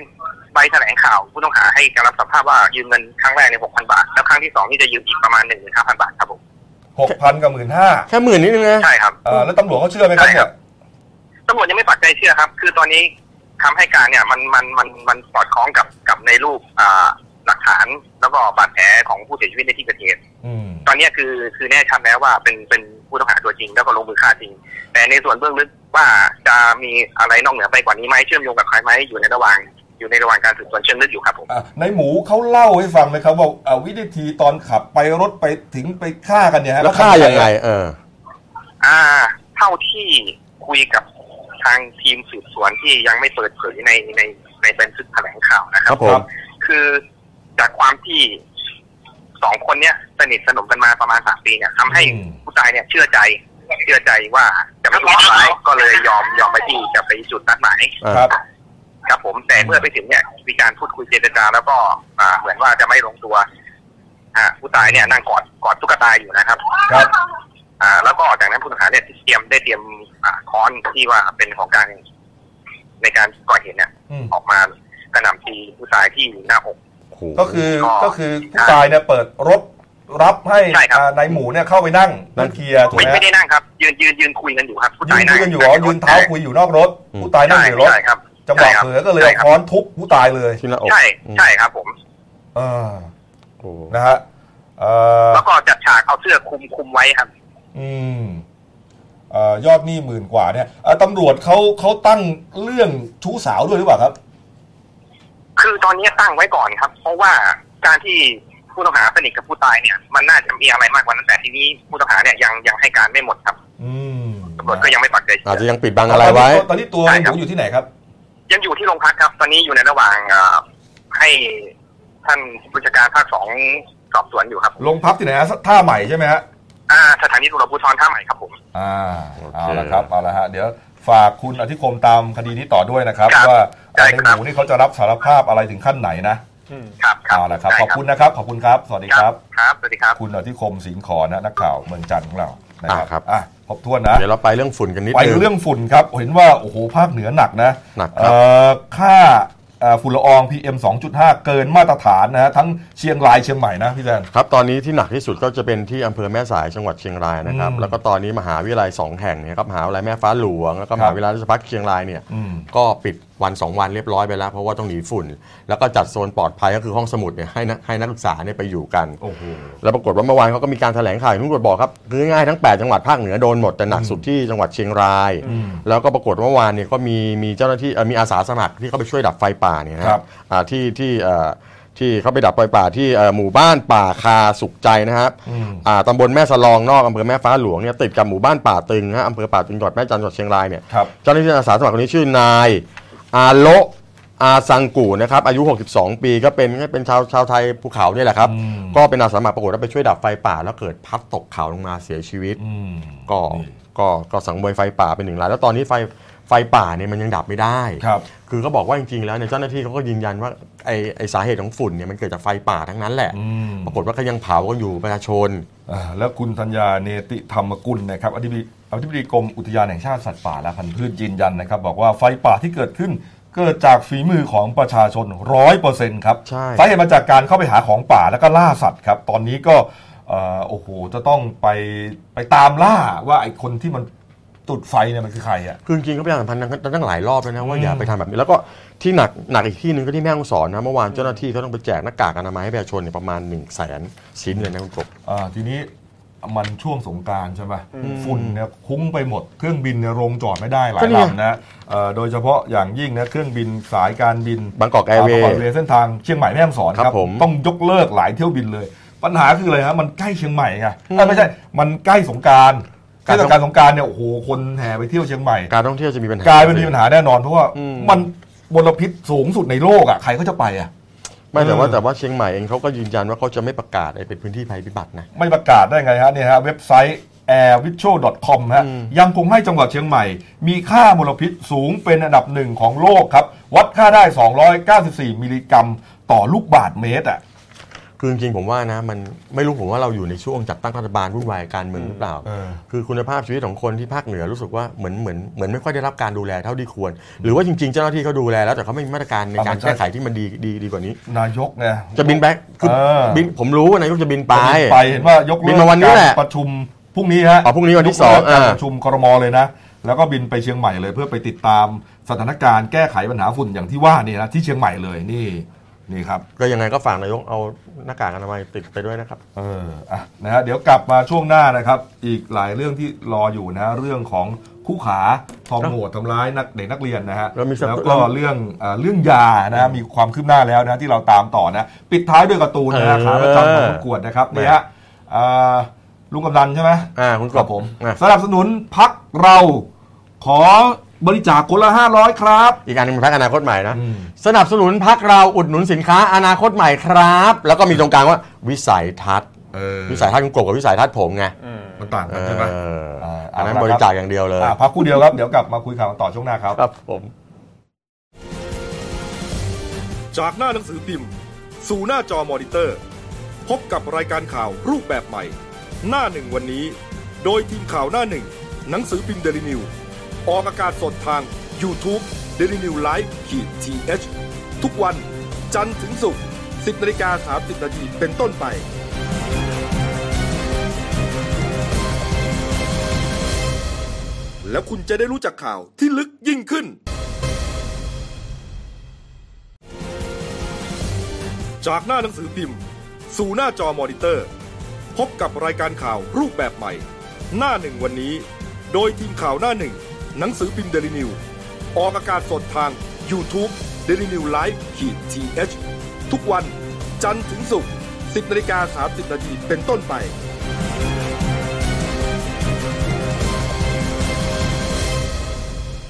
ใบแถลงข่าว ผู้ต้องหาให้การรับสารภาพว่ายืมเงินครั้งแรกในหกพันบาท แล้วครั้งที่สองที่จะยืมอีกประมาณหนึ่งหมื่นห้าพันบาทครับผม หกพันกับหมื่นห้า แค่หมื่นนิดนึงนะ ใช่ครับ แล้วตำรวจเขาเชื่อไหมครับ ใช่ค เนี่ รับ ย ตำรวจยังไม่ปักใจเชื่อครับ คือตอนนี้คำให้การเนี่ย มันมันมันมันสอดคล้องกับกับในรูปอ่าหลักฐานแล้วก็บาดแผลของผู้เสียชีวิตในที่เกิดเหตุ อืม ตอนเนี้ยคือคือแน่ชัดแล้วว่าเป็นเป็นผู้ต้องหาตัวจริงแล้วก็ลงมือฆ่าจริง แต่ในส่วนเบื้องลึกว่าจะมีอะไรนอกเหนือไปกว่านี้ไหมเชื่อมโยงกับใครไหมอยู่ในระหว่างอยู่ในระหว่างการสืบสวนเชิงลึกอยู่ครับผม อ่ะในหมูเขาเล่าให้ฟังไหมครับว่าอ่ะวิธีตอนขับไปรถไปถึงไปฆ่ากันเนี่ยฮะ แล้วฆ่ายังไง เออ อ่า เท่าที่คุยกับทางทีมสืบสวนที่ยังไม่เปิดเผยในในในบันทึกแถลงข่าวนะค ค รั รับ บผม คือจากความที่สองคนเนี้ยสนิทสนมกันมาประมาณสามปีเนี่ยทำให้ผู้ตายเนี่ยเชื่อใจเชื่อใจว่าจะไม่ถูกทำร้ายก็เลยยอมยอมไปที่จะไปจุดนัดหมาย อ่า ครับ ครับผมแต่เมื่อไปถึงเนี่ยมีการพูดคุยเจรจาแล้วก็อ่าเหมือนว่าจะไม่ลงตัวอ่าผู้ตายเนี่ยนั่งกอดกอดตุ๊กตาอยู่นะครับ ครับ อ่า แล้วก็จากนั้นผู้ต้องหาเนี่ยที่เตรียมได้เตรียมอ่าค้อนที่ว่าเป็นของกลางในการก่อเหตุเนี่ย อืม ออกมากระหน่ำตีผู้ตายที่หน้าอก ก็คือ ก็ ก็คือผู้ตายเนี่ยเปิดรถรับให้ ใช่ครับ อ่านายหมูเนี่ยเข้าไปนั่ง นั่ นั่ง ง เคลียร์ถูก ไม่ ไหม ไม่ได้นั่งครับ ยืนยืนยืนคุยกันอยู่ครับผู้ ยื ตาย น นั่ คุยงกันอยู่อ๋อยืนเท้าคุยอยู่นอกรถ ผู้ตายนั่งอยู่ในรถ ใช่ครับ จังหวะเผลอก็เลย ใช่ เอา ครับ ค้อนทุบผู้ตายเลย ที่หน้าอก ใช่ใช่ครับผม เออ โอ้โห นะฮะเอ่อ แล้วก็จัดฉากเอาเสื้อคลุมคลุมไว้ครับ อืมเอ่อยอดหนี้หมื่นกว่าเนี่ยเอ่อตำรวจเขาเขาตั้งเรื่องชู้สาวด้วยหรือเปล่าครับ คือตอนนี้ตั้งไว้ก่อนครับ เพราะว่าการที่ผู้ต้องหาสนิทกับผู้ตายเนี่ย มันน่าจะมีอะไรมากกว่านั้นแต่ทีนี้ผู้ต้องหาเนี่ยยังยังให้การไม่หมดครับ อืม ตำรวจก็ยังไม่ปักใจ อาจ เชื่ จะ อ ยังปิดบังอะไรไว้ ตอนนี้ตัว ใช่ นายห ครับ มูอยู่ที่ไหนครับ ยังอยู่ที่โรงพักครับ ตอนนี้อยู่ในระหว่างเอ่อให้ท่านผู้บัญชาการภาคสองสอบสวนอยู่ครับ ลงพักที่ไหนฮะท่าใหม่ใช่ไหมฮะ อ่าสถานีตำรวจภูธรท่าใหม่ครับผม อ่า โอเค เอาละครับ เอาละฮะ เดี๋ยวฝากคุณอธิคมตามคดีนี้ต่อด้วยนะครับ ครับ ว่าเอ่อ ได้ ใน ค ห รับ มูนี่เขาจะรับสารภาพอะไรถึงขั้นไหนนะ อืม ครับครับ เอาละครับ ได้ ขอบคุณนะครับ ขอบคุณครับ สวัสดี ค ค รั รับ บ ครับ สวัสดีครับ คุณอธิคมสิงห์ขอนะนักข่าวเมืองจันทร์ของเรา นะ อ่าครับ อ่ะครบถ้วนนะ เดี๋ยวเราไปเรื่องฝุ่นกันนิด ไป นึง เรื่องฝุ่นครับ เห็นว่า โอ้โห ภาคเหนือหนักนะ หนักครับ เอ่อค่าเอ่อฝุ่นละออง PM 2.5 เกินมาตรฐานนะฮะทั้งเชียงรายเชียงใหม่นะพี่แจน ครับ ตอนนี้ที่หนักที่สุดก็จะเป็นที่อำเภอแม่สายจังหวัดเชียงรายนะครับ อืม แล้วก็ตอนนี้มหาวิทยาลัยสองแห่งเนี่ยครับมหาวิทยาลัยแม่ฟ้าหลวง แล้วก็ม ครั หา บ วิทยาลัยราชภัฏเชียงรายเนี่ย อืม ก็ปิดวัน 2 วันเรียบร้อยไปแล้ว เพราะว่าต้องหนีฝุ่น แล้วก็จัดโซนปลอดภัยก็คือห้องสมุดเนี่ยให้นักให้นักศึกษาเนี่ยไปอยู่กัน โอ้โห แล้วปรากฏว่าเมื่อวานเขาก็มีการแถลงข่าวอย่างที่คุณกฎบอกครับคือง่ายๆทั้ง 8 จังหวัดภาคเหนือโดนหมดแต่หนักสุดที่จังหวัดเชียงราย อืม แล้วก็ปรากฏว่าเมื่อวานเนี่ยก็มีมีเจ้าหน้าที่เอ่อมีอาสาสมัครที่เขาไปช่วยดับไฟป่าเนี่ยนะค ครั รับบ อ่าที่ที่เอ่อที่เขาไปดับไฟป่าที่เอ่อหมู่บ้านป่าคาสุขใจนะครับ อืม อ่าตำบลแม่สลองนอกอำเภอแม่ฟ้าหลวงเนี่ยติดกับหมู่บ้านป่าตึงนะฮะอำเภอป่าตึงจังหวัดแม่จันทร์จังหวัดเชียงรายเนี่ย ครับ เจ้าหน้าที่อาสาสมัครคนนี้ชื่อนายอาโลอาซังกูนะครับอายุ 62 ปีก็เป็นเป็นชาวชาวไทยภูเขาเนี่ยแหละครับ อืม ก็เป็นอาสาสมัครปรากฏว่าไปช่วยดับไฟป่า แล้วเกิดพลัดตกเขาลงมาเสียชีวิต อืม ก็ก็ก็สังเวยไฟป่าเป็นหนึ่งรายแล้วตอนนี้ไฟไฟป่าเนี่ยมันยังดับไม่ได้ ครับ คือก็บอกว่าจริงๆแล้วเนี่ยเจ้าหน้าที่เขาก็ยืนยันว่าไอไอสาเหตุของฝุ่นเนี่ยมันเกิดจากไฟป่าทั้งนั้นแหละ อืม ปรากฏว่าก็ยังเผากันอยู่ประชาชน อ่าแล้วคุณธัญญาเนติธรรมกุลนะครับอธิบดีอธิบดีกรมอุทยานแห่งชาติสัตว์ป่าและพันธุ์พืชยืนยันนะครับ บอกว่าไฟป่าที่เกิดขึ้น เกิดจากฝีมือของประชาชนร้อยเปอร์เซ็นต์ครับ ใช่ สาเหตุมาจากการเข้าไปหาของป่าแล้วก็ล่าสัตว์ครับ ตอนนี้ก็เอ่อโอ้โหจะต้องไปไปตามล่าว่าไอ้คนที่มัน จุดไฟเนี่ยมันคือใครอ่ะ คือจริงๆก็พยายามสัมพันธ์ตั้งตั้งหลายรอบแล้วนะว่า อืม อย่าไปทำแบบนี้แล้วก็ที่หนักหนักอีกที่หนึ่งก็ที่แม่ฮ่องสอนนะเมื่อวานเจ้าหน้าที่เขาต้องไปแจกหน้ากากอนามัยให้ประชาชนเนี่ยประมาณ1นึ่งแสนชิ้นเลยนะคุณกบ อ่าทีนี้มันช่วงสงกรารใช่ไหมฝุ่นเนี่ยคุ้งไปหมดเครื่องบินเนี่ยลงจอดไม่ได้หลา ก็ ย เนี่ย ลำนะเอ่อโดยเฉพาะอย่างยิ่งนะเครื่องบินสายการบิน บางกอกแอร์เวย์ ปะกบเส้นทางเชียงใหม่แม่ฮ่องสอนค ครั รับบ ผม ต้องยกเลิกหลายเที่ยวบินเลย ปัญหาคืออะไรฮะมันใกล้เชียงใหม่ไงเอ้ยไม่ใช่ มันใกล้สงกรารใก กา ล้ ร เทศกาลสงกรารเนี่ยโอ้โหคนแห่ไปเที่ยวเชียงใหม่ การท่องเที่ยวจะมีปัญหาก ก ลายเป็นมีปัญหาแน่นอนเพราะว่า อืม มันมลพิษสูงสุดในโลกอ่ะใครก็จะไปอ่ะ ไม่แต่ว่า เออ แต่ว่าเชียงใหม่เองเขาก็ยืนยันว่าเขาจะไม่ประกาศไอ้เป็นพื้นที่ภัยพิบัตินะ ไม่ประกาศได้ไงฮะเนี่ยฮะเว็บไซต์ airvisual.com ฮะ อืม ยังคงให้จังหวัดเชียงใหม่ มีค่ามลพิษสูงเป็นอันดับหนึ่งของโลกครับ วัดค่าได้ 294 มิลลิกรัมต่อลูกบาทเมตรอ่ะ คือจริงๆผมว่านะมันไม่รู้ผมว่าเราอยู่ในช่วงจัดตั้งรัฐบาลวุ่นวายการเมืองหรือเปล่า เออ คือคุณภาพชีวิตของคนที่ภาคเหนือรู้สึกว่าเหมือนเหมือนเหมือนไม่ค่อยได้รับการดูแลเท่าที่ควร หรือว่าจริงๆเจ้าหน้าที่เขาดูแลแล้วแต่เขาไม่มีมาตรการในการแก้ไขที่มันดีดีดีกว่านี้ นายกไง จะบินแบ็คคือ เออ บินผมรู้ว่านายกจะบินไป ไปเห็นว่ายก บินเลิก มาวันนี้แหละ การประชุมพรุ่งนี้ฮะ อ๋อพรุ่งนี้วันที่ ยกสเลิกองอ่า การประชุมครมเลยนะ แล้วก็บินไปเชียงใหม่เลย เพื่อไปติดตามสถานการณ์แก้ไขปัญหาฝุ่นอย่างที่ว่านี่นะที่เชียงใหม่เลยนี่นี่ครับ ก็ยังไงก็ฝากนายกเอาหน้ากากอนามัยติดไปด้วยนะครับ เอออ่ะนะฮะเดี๋ยวกลับมาช่วงหน้านะครับ อีกหลายเรื่องที่รออยู่นะฮะเรื่องของคู่ขาทองโหดทำร้ายนักเด็กนักเรียนนะฮะ แล้วมีสัก แล้วก็เรื่องเอ่อเรื่องยานะฮะมีความคืบหน้าแล้วนะฮะที่เราตามต่อนะ ปิดท้ายด้วยการ์ตูนนะฮะขาประจำของประกวดนะครับเนี่ยฮะเอ่อลุงกำนันใช่ไหม อ่าคุณก ครับ บผม อ่ะ สนับสนุนพักเราขอบริจาคคนละ 500 ครับ อีกอันหนึงเป็นพักอนาคตใหม่นะ อืม สนับสนุนพักเราอุดหนุนสินค้าอนาคตใหม่ครับ แล้วก็มีตรงกลางว่าวิสัยทัศน์ เออ วิสัยทัศน์คุณกบกับวิสัยทัศน์ผมไง อืม มันต่าง เอ กัน อ ใช่ไหม อ อ่า อันนั้น เอาบละครับริจาคอย่างเดียวเลย อ่ะพักครู่เดียวครับ เดี๋ยวกลับมาคุยข่าวกันต่อช่วงหน้าครับ ครับผม จากหน้าหนังสือพิมพ์ สู่หน้าจอมอนิเตอร์ พบกับรายการข่าวรูปแบบใหม่ หน้าหนึ่งวันนี้ โดยทีมข่าวหน้าหนึ่ง หนังสือพิมพ์เดลิวิวออกอากาศสดทาง YouTube d e l i n e w l i v e ขีดทีทุกวัน จันทร์ถึงศุกร์10นาฬิกา30นาทีเป็นต้นไป แล้วคุณจะได้รู้จักข่าวที่ลึกยิ่งขึ้น จากหน้าหนังสือพิมพ์ สู่หน้าจอมอนิเตอร์ พบกับรายการข่าวรูปแบบใหม่ หน้าหนึ่งวันนี้ โดยทีมข่าวหน้าหนึ่ง หนังสือพิมพ์เดลิวิวออกอากาศสดทาง YouTube d e l i n e w l i v e ขีดทีทุกวัน จันทร์ถึงศุกร์10นาฬิกา30นาทีเป็นต้นไป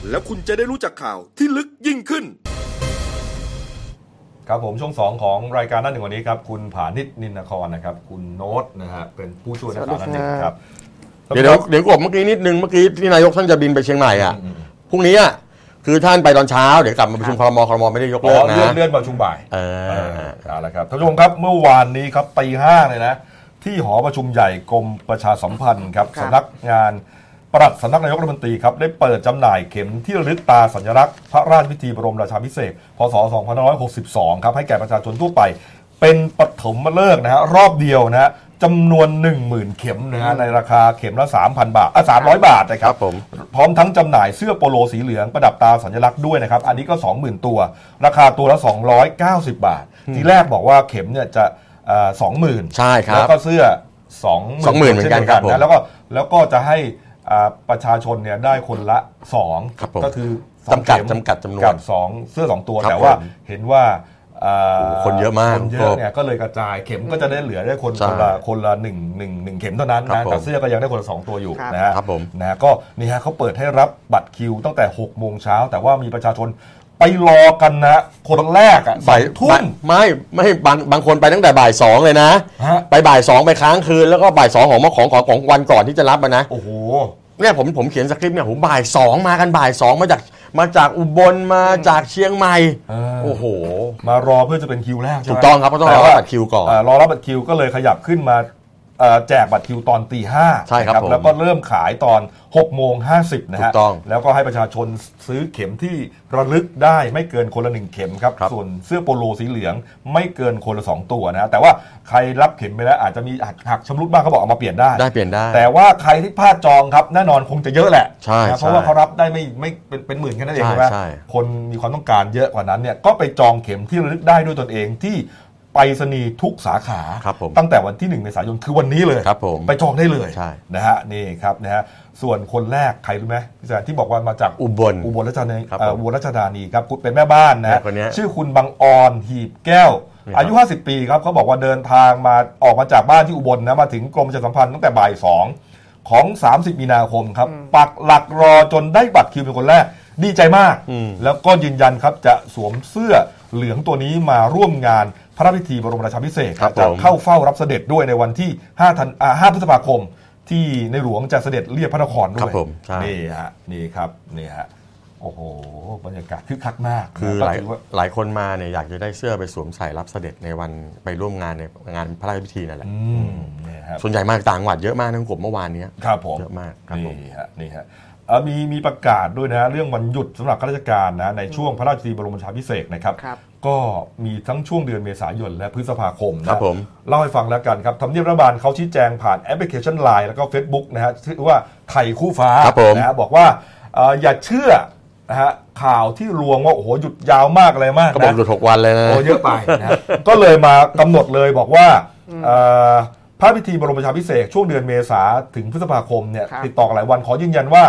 แล้วคุณจะได้รู้จักข่าวที่ลึกยิ่งขึ้น ครับผมช่วง 2 ของรายการหนั่นหนึ่งวันนี้ครับ คุณผานิชนินนครนะครับ คุณโน้ตนะฮะเป็นผู้ช่วยนักข่าวหนั่นหนึ่งครับ เดี๋ยวเดี๋ยวเดี๋ยวกบเมื่อกี้นิดนึงเมื่อกี้ที่นายกท่านจะบินไปเชียงใหม่อ่ะพรุ่งนี้อ่ะคือท่านไปตอนเช้าเดี๋ยวกลับมาประชุมครมครมไม่ได้ยก ข เลิ อก เลื่อน นะ เลื่อนมาชุมบ่าย เอ เอ อ อเอาละครับท่านผู้ชมครับเมื่อวานนี้ครับตีห้าเลยนะที่หอประชุมใหญ่กรมประชาสัมพันธ์ครับ ครับ สำนักงานปลัดสำนักนายกรัฐมนตรีครับได้เปิดจำหน่ายเข็มที่ระลึกตาสัญลักษณ์พระราชพิธีบรมราชาภิเษกพศ 2562 ครับให้แก่ประชาชนทั่วไป เป็นปฐมฤกษ์นะฮะรอบเดียวนะฮะจำนวน 10,000 เข็มนะฮะในราคาเข็มละ 3,000 บาทอ่ะ300 บาทนะครั ครับ บผม พร้อมทั้งจำหน่ายเสื้อโปโลสีเหลืองประดับตาสัญลักษณ์ด้วยนะครับ อันนี้ก็ 20,000 ตัว ราคาตัวละ 290 บาท ทีแรกบอกว่าเข็มเนี่ยจะสองหมื่น ใช่ครับ แล้วก็เสื้อสองหมื่20,000นเหมือนกันครับผม แล้วก็แล้วก็จะให้อ่าประชาชนเนี่ยได้คนละ 2 ครับผม ก็คือสอง จำกัด เข็ม จำกัดจำนวน กับสองเสื้อ 2 ตัว ครับ แต่ว่า ผม เห็นว่าอ่า โอ้โหคนเยอะมาก คนเยอะเนี่ยก็เลยกระจายเข็มก็จะได้เหลือได้คน ใช่ คนละคนละหนึ่งหนึ่งหนึ่งเข็มเท่านั้น ครับ นะแต่ ผม เสื้อก็ยังได้คนละสองตัวอยู่ ครับ นะฮะ ครับผม นะฮะก็นี่ฮะเขาเปิดให้รับบัตรคิวตั้งแต่ 6 โมงเช้า แต่ว่ามีประชาชนไปรอกันนะ คนแรกอ่ะส บ่า อย งทุ่ม ไม่ไม่บางบางคนไปตั้งแต่บ่ายสองเลยนะ ฮะ ไปบ่ายสองไปค้างคืนแล้วก็บ่ายสองของเมื่อของของของวันก่อนที่จะรับมานะ โอ้โห เนี่ยผมผมเขียนสคริปต์เนี่ยผมบ่ายสองมากันบ่ายสองมาจากมาจากอุบลมาจากเชียงใหม่ เออ โอ้โห มารอเพื่อจะเป็นคิวแรกใช่ไหม ถูกต้องครับเพราะต้องรอ แ รับบัตรคิวก่อน ารอรับบัตรคิวก็เลยขยับขึ้นมา เอ่อแจกบัตรคิวตอนตีห้า ใช่ครับ นะ ผม แล้วก็เริ่มขายตอน6กโมงห้าสิบนะ ถู ฮะ กต้อง แล้วก็ให้ประชาชนซื้อเข็มที่ระลึกได้ไม่เกินคนละหนึ่งเข็มครับ ครับ ส่วนเสื้อโปโลสีเหลืองไม่เกินคนละสองตัวนะฮะแต่ว่าใครรับเข็มไปแล้วอาจจะมีหักหักชำรุดบ้างเขาบอกเอามาเปลี่ยนได้ ได้เปลี่ยนได้ แต่ว่าใครที่พลาดจองครับแน่นอนคงจะเยอะแหละ ใช่ นะเพราะ ใช่ ว่าเขารับได้ไม่ไม่เป็นเป็นหมื่นแค่นั้นเอง ใช่ ใช่ไหม ใช่ คนมีความต้องการเยอะกว่านั้นเนี่ยก็ไปจองเข็มที่ระลึกได้ด้วยตนเองที่ไปรษณีย์ทุกสาขา ครับผม ตั้งแต่วันที่1เมษายนคือวันนี้เลย ครับผม ไปจองได้เลย ใช่ นะฮะนี่ครับนะฮะส่วนคนแรกใครรู้ไหมพี่แซนที่บอกว่ามาจาก อุบล อุบลราชธานี ครับผม เอ่ออุบลราชธานีครับคุณเป็นแม่บ้านนะฮะ แม่คนเนี้ย ชื่อคุณบังออนหีบแก้ว นี่ครับ อายุ 50 ปีครับเขาบอกว่าเดินทางมาออกมาจากบ้านที่อุบลนะมาถึงกรมประชาสัมพันธ์ตั้งแต่บ่ายสองของ 30 มีนาคมครับ ปักหลักรอจนได้บัตรคิวเป็นคนแรก ดีใจมาก อืม แล้วก็ยืนยันครับจะสวมเสื้อเหลืองตัวนี้มาร่วมงานพระราชพิธีบรมราชาภิเษก ครับ จะ ผม เข้าเฝ้ารับเสด็จด้วยในวันที่5ธันอ่า5พฤษภาคม ที่ในหลวงจะเสด็จเรียบพระนครด้ ครั วย บผมใช่ นี่ฮะนี่ครับนี่ฮะโอ้โหบรรยากาศคึกคักมากนะ คือ ก็ หลาย ถืว่า หลายคนมาเนี่ยอยากจะได้เสื้อไปสวมใส่รับเสด็จในวันไปร่วมงานในงานพระราชพิธีนั่นแหละ อืมเนี่ยครับ ส่วนใหญ่มาจากต่างจังหวัดเยอะมากทั้งกลุ่มเมื่อวานเนี้ย ครับผม เยอะมากครับผม นี่ฮะนี่ฮะเอ่อมีมีประกาศด้วยนะเรื่องวันหยุดสำหรับข้าราชการนะในช่วงพระราชพิธีบรมราชาพิเศษกนะครับ ครับ ก็มีทั้งช่วงเดือนเมษายนและพฤษภาคม ครับ นะ ผม เล่าให้ฟังแล้วกันครับทำเนียบรัฐบาลเขาชี้แจงผ่านแอปพลิเคชัน Line แล้วก็ Facebook นะฮะชื่อว่าไทยคู่ฟ้า ครับผม นะฮะบอกว่าเอ่ออย่าเชื่อนะฮะข่าวที่ลวงว่าโอ้โหหยุดยาวมากอะไรมาก ก็บอก นะ หลุดหกวันเลยนะ โอ้เยอะไปนะ ก็เลยมากำหนดเลยบอกว่าเอ่อพระพิธีบรมราชาพิเศษกช่วงเดือนเมษาถึงพฤษภาคมเนี่ย ครับ ติดต่อกันหลายวันขอยืนยันว่า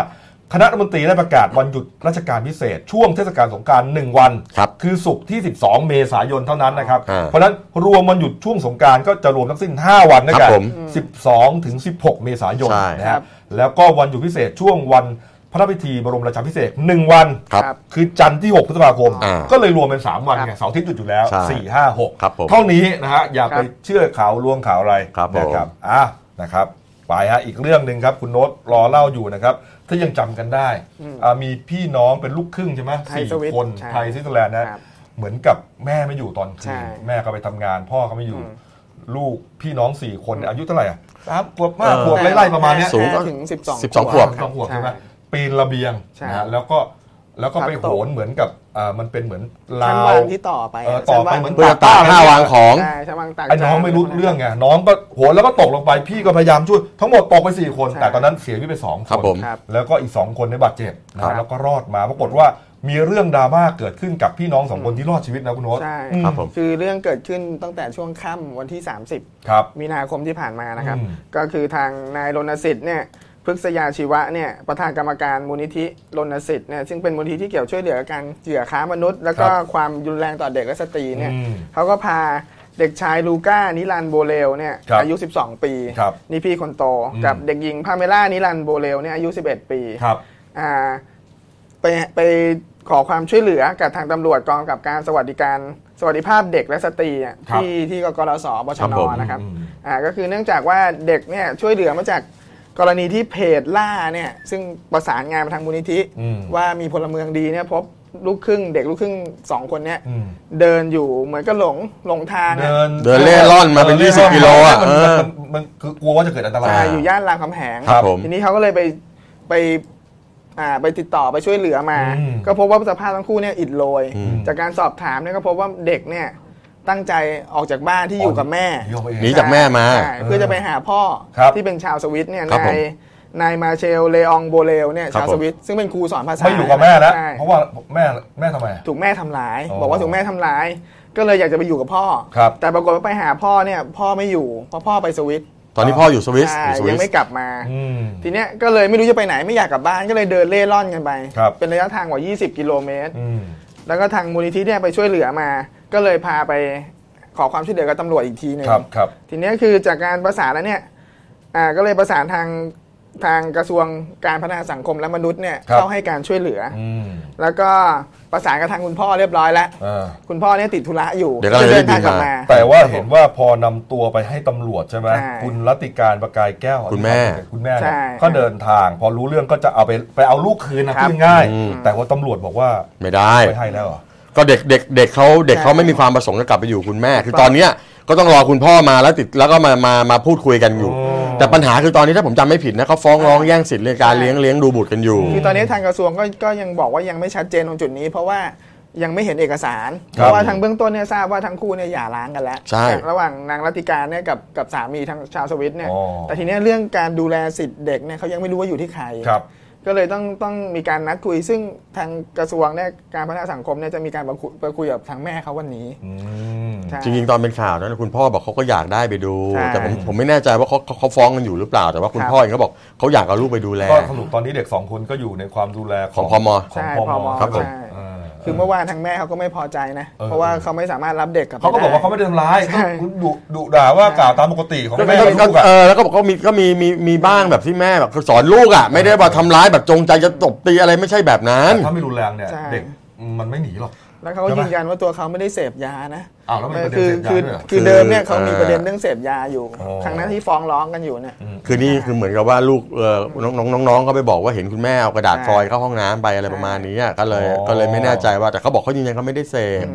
คณะรัฐมนตรีได้ประกาศวันหยุดราชการพิเศษ ช่วงเทศกาลสงกราร 1 วัน ครับ คือศุกร์ที่ 12 เมษายนเท่านั้นนะครับ อ่า เพราะฉะนั้นรวมวันหยุดช่วงสงกรารก็จะรวมทั้งสิ้น 5 วันนะคครั รับบ ผม 12 ถึง 16 เมษายน ใช่ นะฮะแล้วก็วันหยุดพิเศษช่วงวันพระพิธีบรมราชาพิเศษกหนึ่งวัน ครับ ครับ คือจันทร์ที่ 6 พฤษภาคม อ่า ก็เลยรวมเป็น 3 วันไง ครับ เสาร์อาที่หยุดอยู่แล้ว ใช่ 4 5 6 ครับผม เท่านี้นะฮะ อย่าไปเชื่อข่าวลวงข่าวอะไร ครับผม นะครับอ่ะนะครับ ไปฮะ อีกเรื่องหนึ่งครับ คุณโน้ตรอเล่าอยู่นะครับ ถ้ายังจำกันได้อ่ามีพี่น้องเป็นลูกครึ่งใช่ไหม ไทย สี่ สวิต คน ใช่ ไทยสวิตเซอร์แลนด์นะ ครับ เหมือนกับแม่ไม่อยู่ตอนคื ใช่ นแม่ก็ไปทำงาน พ่อก็ไม่อยู่ อืม ลูกพี่น้องสี่คนอายุเท่าไหร่อ่ะสามขวบห้า เออ ขวบไล่ๆประมาณเนี้ย สูงก็ ถึงสิบสอง สิบสอง ขวบ สองขวบ ใช่ ใช่ไหมปีนระเบียง ใช่ นะฮะแล้วก็แล้วก็ พัด ไปโห ตก นเหมือนกับอ่ามันเป็นเหมือนลา ชั้น ว วางที่ต่อไป เออ อะ ต่อไปชั้นวาง เหมือน เพื่อตากผ้าวางของ ใช่ชั้นวางต่าง ไอ้น้อง จาน ไม่รู้เรื่องไงน้องก็โหนแล้วก็ตกลงไปพี่ก็พยายามช่วย ทั้งหมดตกไป 4 คน ใช่ แต่ตอนนั้นเสียชีวิตไปสอง ครับ น ผม ครับ แล้วก็อีก 2 คนได้บาดเจ็บ ครั นะ บ แล้วก็รอดมาปรากฏว่ามีเรื่องดราม่าเกิดขึ้นกับพี่น้องสองคนที่รอดชีวิตนะคุณโน้ต ใช่ อืม ครับผม คือเรื่องเกิดขึ้นตั้งแต่ช่วงค่ำวันที่ 30 ครับ มีนาคมที่ผ่านมานะครับ อืม ก็คือทางนายรณสิทธิ์เนี่ยพฤกษยาชีวะเนี่ยประธานกรรมการมูลนิธิรณสิทธิ์เนี่ยซึ่งเป็นมูลนิธิที่เกี่ยวช่วยเหลือการเหยื่อค้ามนุษย์ แล้วก็ ครับ ความรุนแรงต่อเด็กและสตรีเนี่ย อืม เขาก็พาเด็กชายลูก้านิรันดร์โบเลลเนี่ย ครับ อายุ 12 ปี ครับ นี่พี่คนโต อืม กับเด็กหญิงพาเมล่านิรันดร์โบเลลเนี่ยอายุ 11 ปี ครับ อ่าไปไปขอความช่วยเหลือกับทางตำรวจกองกับการสวัสดิการสวัสดิภาพเด็กและสตรีอะ ครับ ที่ที่กกรสบช ครับ น ผม นะครับ อืม อ่าก็คือเนื่องจากว่าเด็กเนี่ยช่วยเหลือมาจากกรณีที่เพจล่าเนี่ยซึ่งประสานงานมาทางมูลนิธิ อืม ว่ามีพลเมืองดีเนี่ยพบลูกครึ่งเด็กลูกครึ่งสองคนเนี่ย อืม เดินอยู่เหมือนก็หลงหลงทางอะ เดิน เดินเล่ร่อนมาเป็น ดิ 20กิโลอะ มัน เออ มันมันมันคือกลัวว่าจะเกิดอันตราย อ่าอยู่ย่านรามคำแหง ครับผม ทีนี้เขาก็เลยไปไปอ่าไปติดต่อไปช่วยเหลือมา อืม ก็พบว่าสภาพทั้งคู่เนี่ยอิดโรย อืม จากการสอบถามเนี่ยก็พบว่าเด็กเนี่ยตั้งใจออกจากบ้านที่อยู่กับแม่ ยอมเอง หนีจากแม่มา ใช่เพื่อจะไปหาพ่อ ครับ ที่เป็นชาวสวิตเนี่ย ครับผ นามยนายมาเชลเลอองโบเลลเนี่ย ครับ ชาวสวิต ซึ่งเป็นครูสอนภาษา ไม่อยู่กับแม่แล้ว ใช่ เพราะว่าแม่แม่ทำไมอะ ถูกแม่ทำร้าย อ๋อ บอกว่าถูกแม่ทำร้าย ก็เลยอยากจะไปอยู่กับพ่อ ครับ แต่ปรากฏว่าไปหาพ่อเนี่ยพ่อไม่อยู่เพราะพ่อไปสวิต ตอนนี้พ่ออยู่สวิส ใช่ อยู่สวิ ยั ส งไม่กลับมา อืม ทีเนี้ยก็เลยไม่รู้จะไปไหนไม่อยากกลับบ้านก็เลยเดินเล่ร่อนกันไป ครับ เป็นระยะทางกว่า 20 กิโลเมตร อืม แล้วก็ทางมูลนิธิเนี่ยไปช่วยเหลือมา ก็เลยพาไปขอความช่วยเหลือกับตำรวจอีกทีหนึ่ง ครับครับ ทีเนี้ยคือจากการประสานแล้วเนี่ยอ่าก็เลยประสานทางทางกระทรวงการพัฒนาสังคมและมนุษย์เนี่ย ครับ เข้าให้การช่วยเหลืออ อืม แล้วก็ประสานกับทางคุณพ่อเรียบร้อยแล้ว อ่า คุณพ่อเนี่ยติดธุระอยู่ เดี๋ยวกำลังจะ นได้ทางบิน กลับ มา มา แต่ว่าเห็นว่าพอนำตัวไปให้ตำรวจใช่ไหม ใช่ คุณรัติการประกายแก้ว คุณแม่ คุณแม่เนี่ย ใช่ ก็เดินทาง พอรู้เรื่องก็จะเอาไปไปเอาลูกคืนนะ ครับ พูดง่ายๆแต่ว่าตำรวจบอกว่า ไม่ได้ ไม่ให้แล้วเหรอ ก็เด็กเด็กเด็กเขาเด็กเขา ใช่ ไม่มีความประสงค์จะกลับไปอยู่คุณแม่ คือ ครับ ตอนเนี้ย ก็ต้องรอคุณพ่อมาแล้วติดแล้วก็มามามาพูดคุยกันอยู่ อ๋อ แต่ปัญหาคือตอนนี้ถ้าผมจำไม่ผิดนะเขาฟ้องร้องแย่งสิทธิ์ในการเลี้ยงเลี้ยงดูบุตรกันอยู่ คือตอนนี้ทางกระทรวงก็ก็ยังบอกว่ายังไม่ชัดเจนตรงจุดนี้ เพราะว่ายังไม่เห็นเอกสาร เพราะว่าทางเบื้องต้นเนี่ยทราบว่าทั้งคู่เนี่ยหย่าร้างกันแล้ว ใช่ ระหว่างนางรัติการเนี่ยกับกับสามีทางชาวสวิตเนี่ย อ๋อ แต่ทีเนี้ยเรื่องการดูแลสิทธิ์เด็กเนี่ยเขายังไม่รู้ว่าอยู่ที่ใคร ครับ ก็เลยต้องต้องมีการนัดคุย ซึ่งทางกระทรวงเนี่ยการพัฒนาสังคมเนี่ยจะมีการมาคุยมาคุยกับทางแม่เขาวันนี้ อืม ใช่ จริงๆตอนเป็นข่าวนั้นคุณพ่อบอกเขาก็อยากได้ไปดู ใช่ แต่ผมผมไม่แน่ใจว่าเขาเขาเขาฟ้องกันอยู่หรือเปล่า แต่ว่าคุณ ครับ พ่อเองก็บอกเขาอยากเอาลูกไปดูแล ก็สรุปตอนนี้เด็กสองคนก็อยู่ในความดูแลขอขงองพม ของ ใช่ พม พม ครับผม ใช่ อ่า คือเมื่อวานทางแม่เขาก็ไม่พอใจนะ เออ เพราะว่าเขาไม่สามารถรับเด็กกลับไป เขาก็บอกว่า ด้ เขาไม่ได้ทำร้าย ใช่ ก็ดุดุด่าว่ากล่าวตามปกติของ ก็ แม่กับ ก็ ลูกอะ เออแล้วก็บอกก็มีก็มีมีมีบ้างแบบที่แม่แบบสอนลูกอ่ะไม่ได้ว่าทำร้ายแบบจงใจจะตบตีอะไรไม่ใช่แบบนั้น แต่ถ้าไม่รุนแรงเนี่ย ใช่ เด็กมันไม่หนีหรอก แล้วเขาก็ ใช่ไหม ยืนยันว่าตัวเขาไม่ได้เสพยานะ อ้าวแล้วมันมีประเด็น คือ เสพยาด้วยคือเหรอ คือ คือ เดิมเนี่ยเขา เอ่อ มีประเด็นเรื่องเสพยาอยู่ อ๋อ ครั้งนั้นที่ฟ้องร้องกันอยู่เนี่ย คือนี่คือเหมือนกับว่าลูกเออน้องน้องน้องเขาไปบอกว่าเห็นคุณแม่เอากระดาษฟใช่อยล์เข้าห้องน้ำไปอะไรประมาณนี้อะก็เลย อ๋อ ก็เลยไม่แน่ใจว่าแต่เขาบอกเขายืนยันเขาไม่ได้เสพ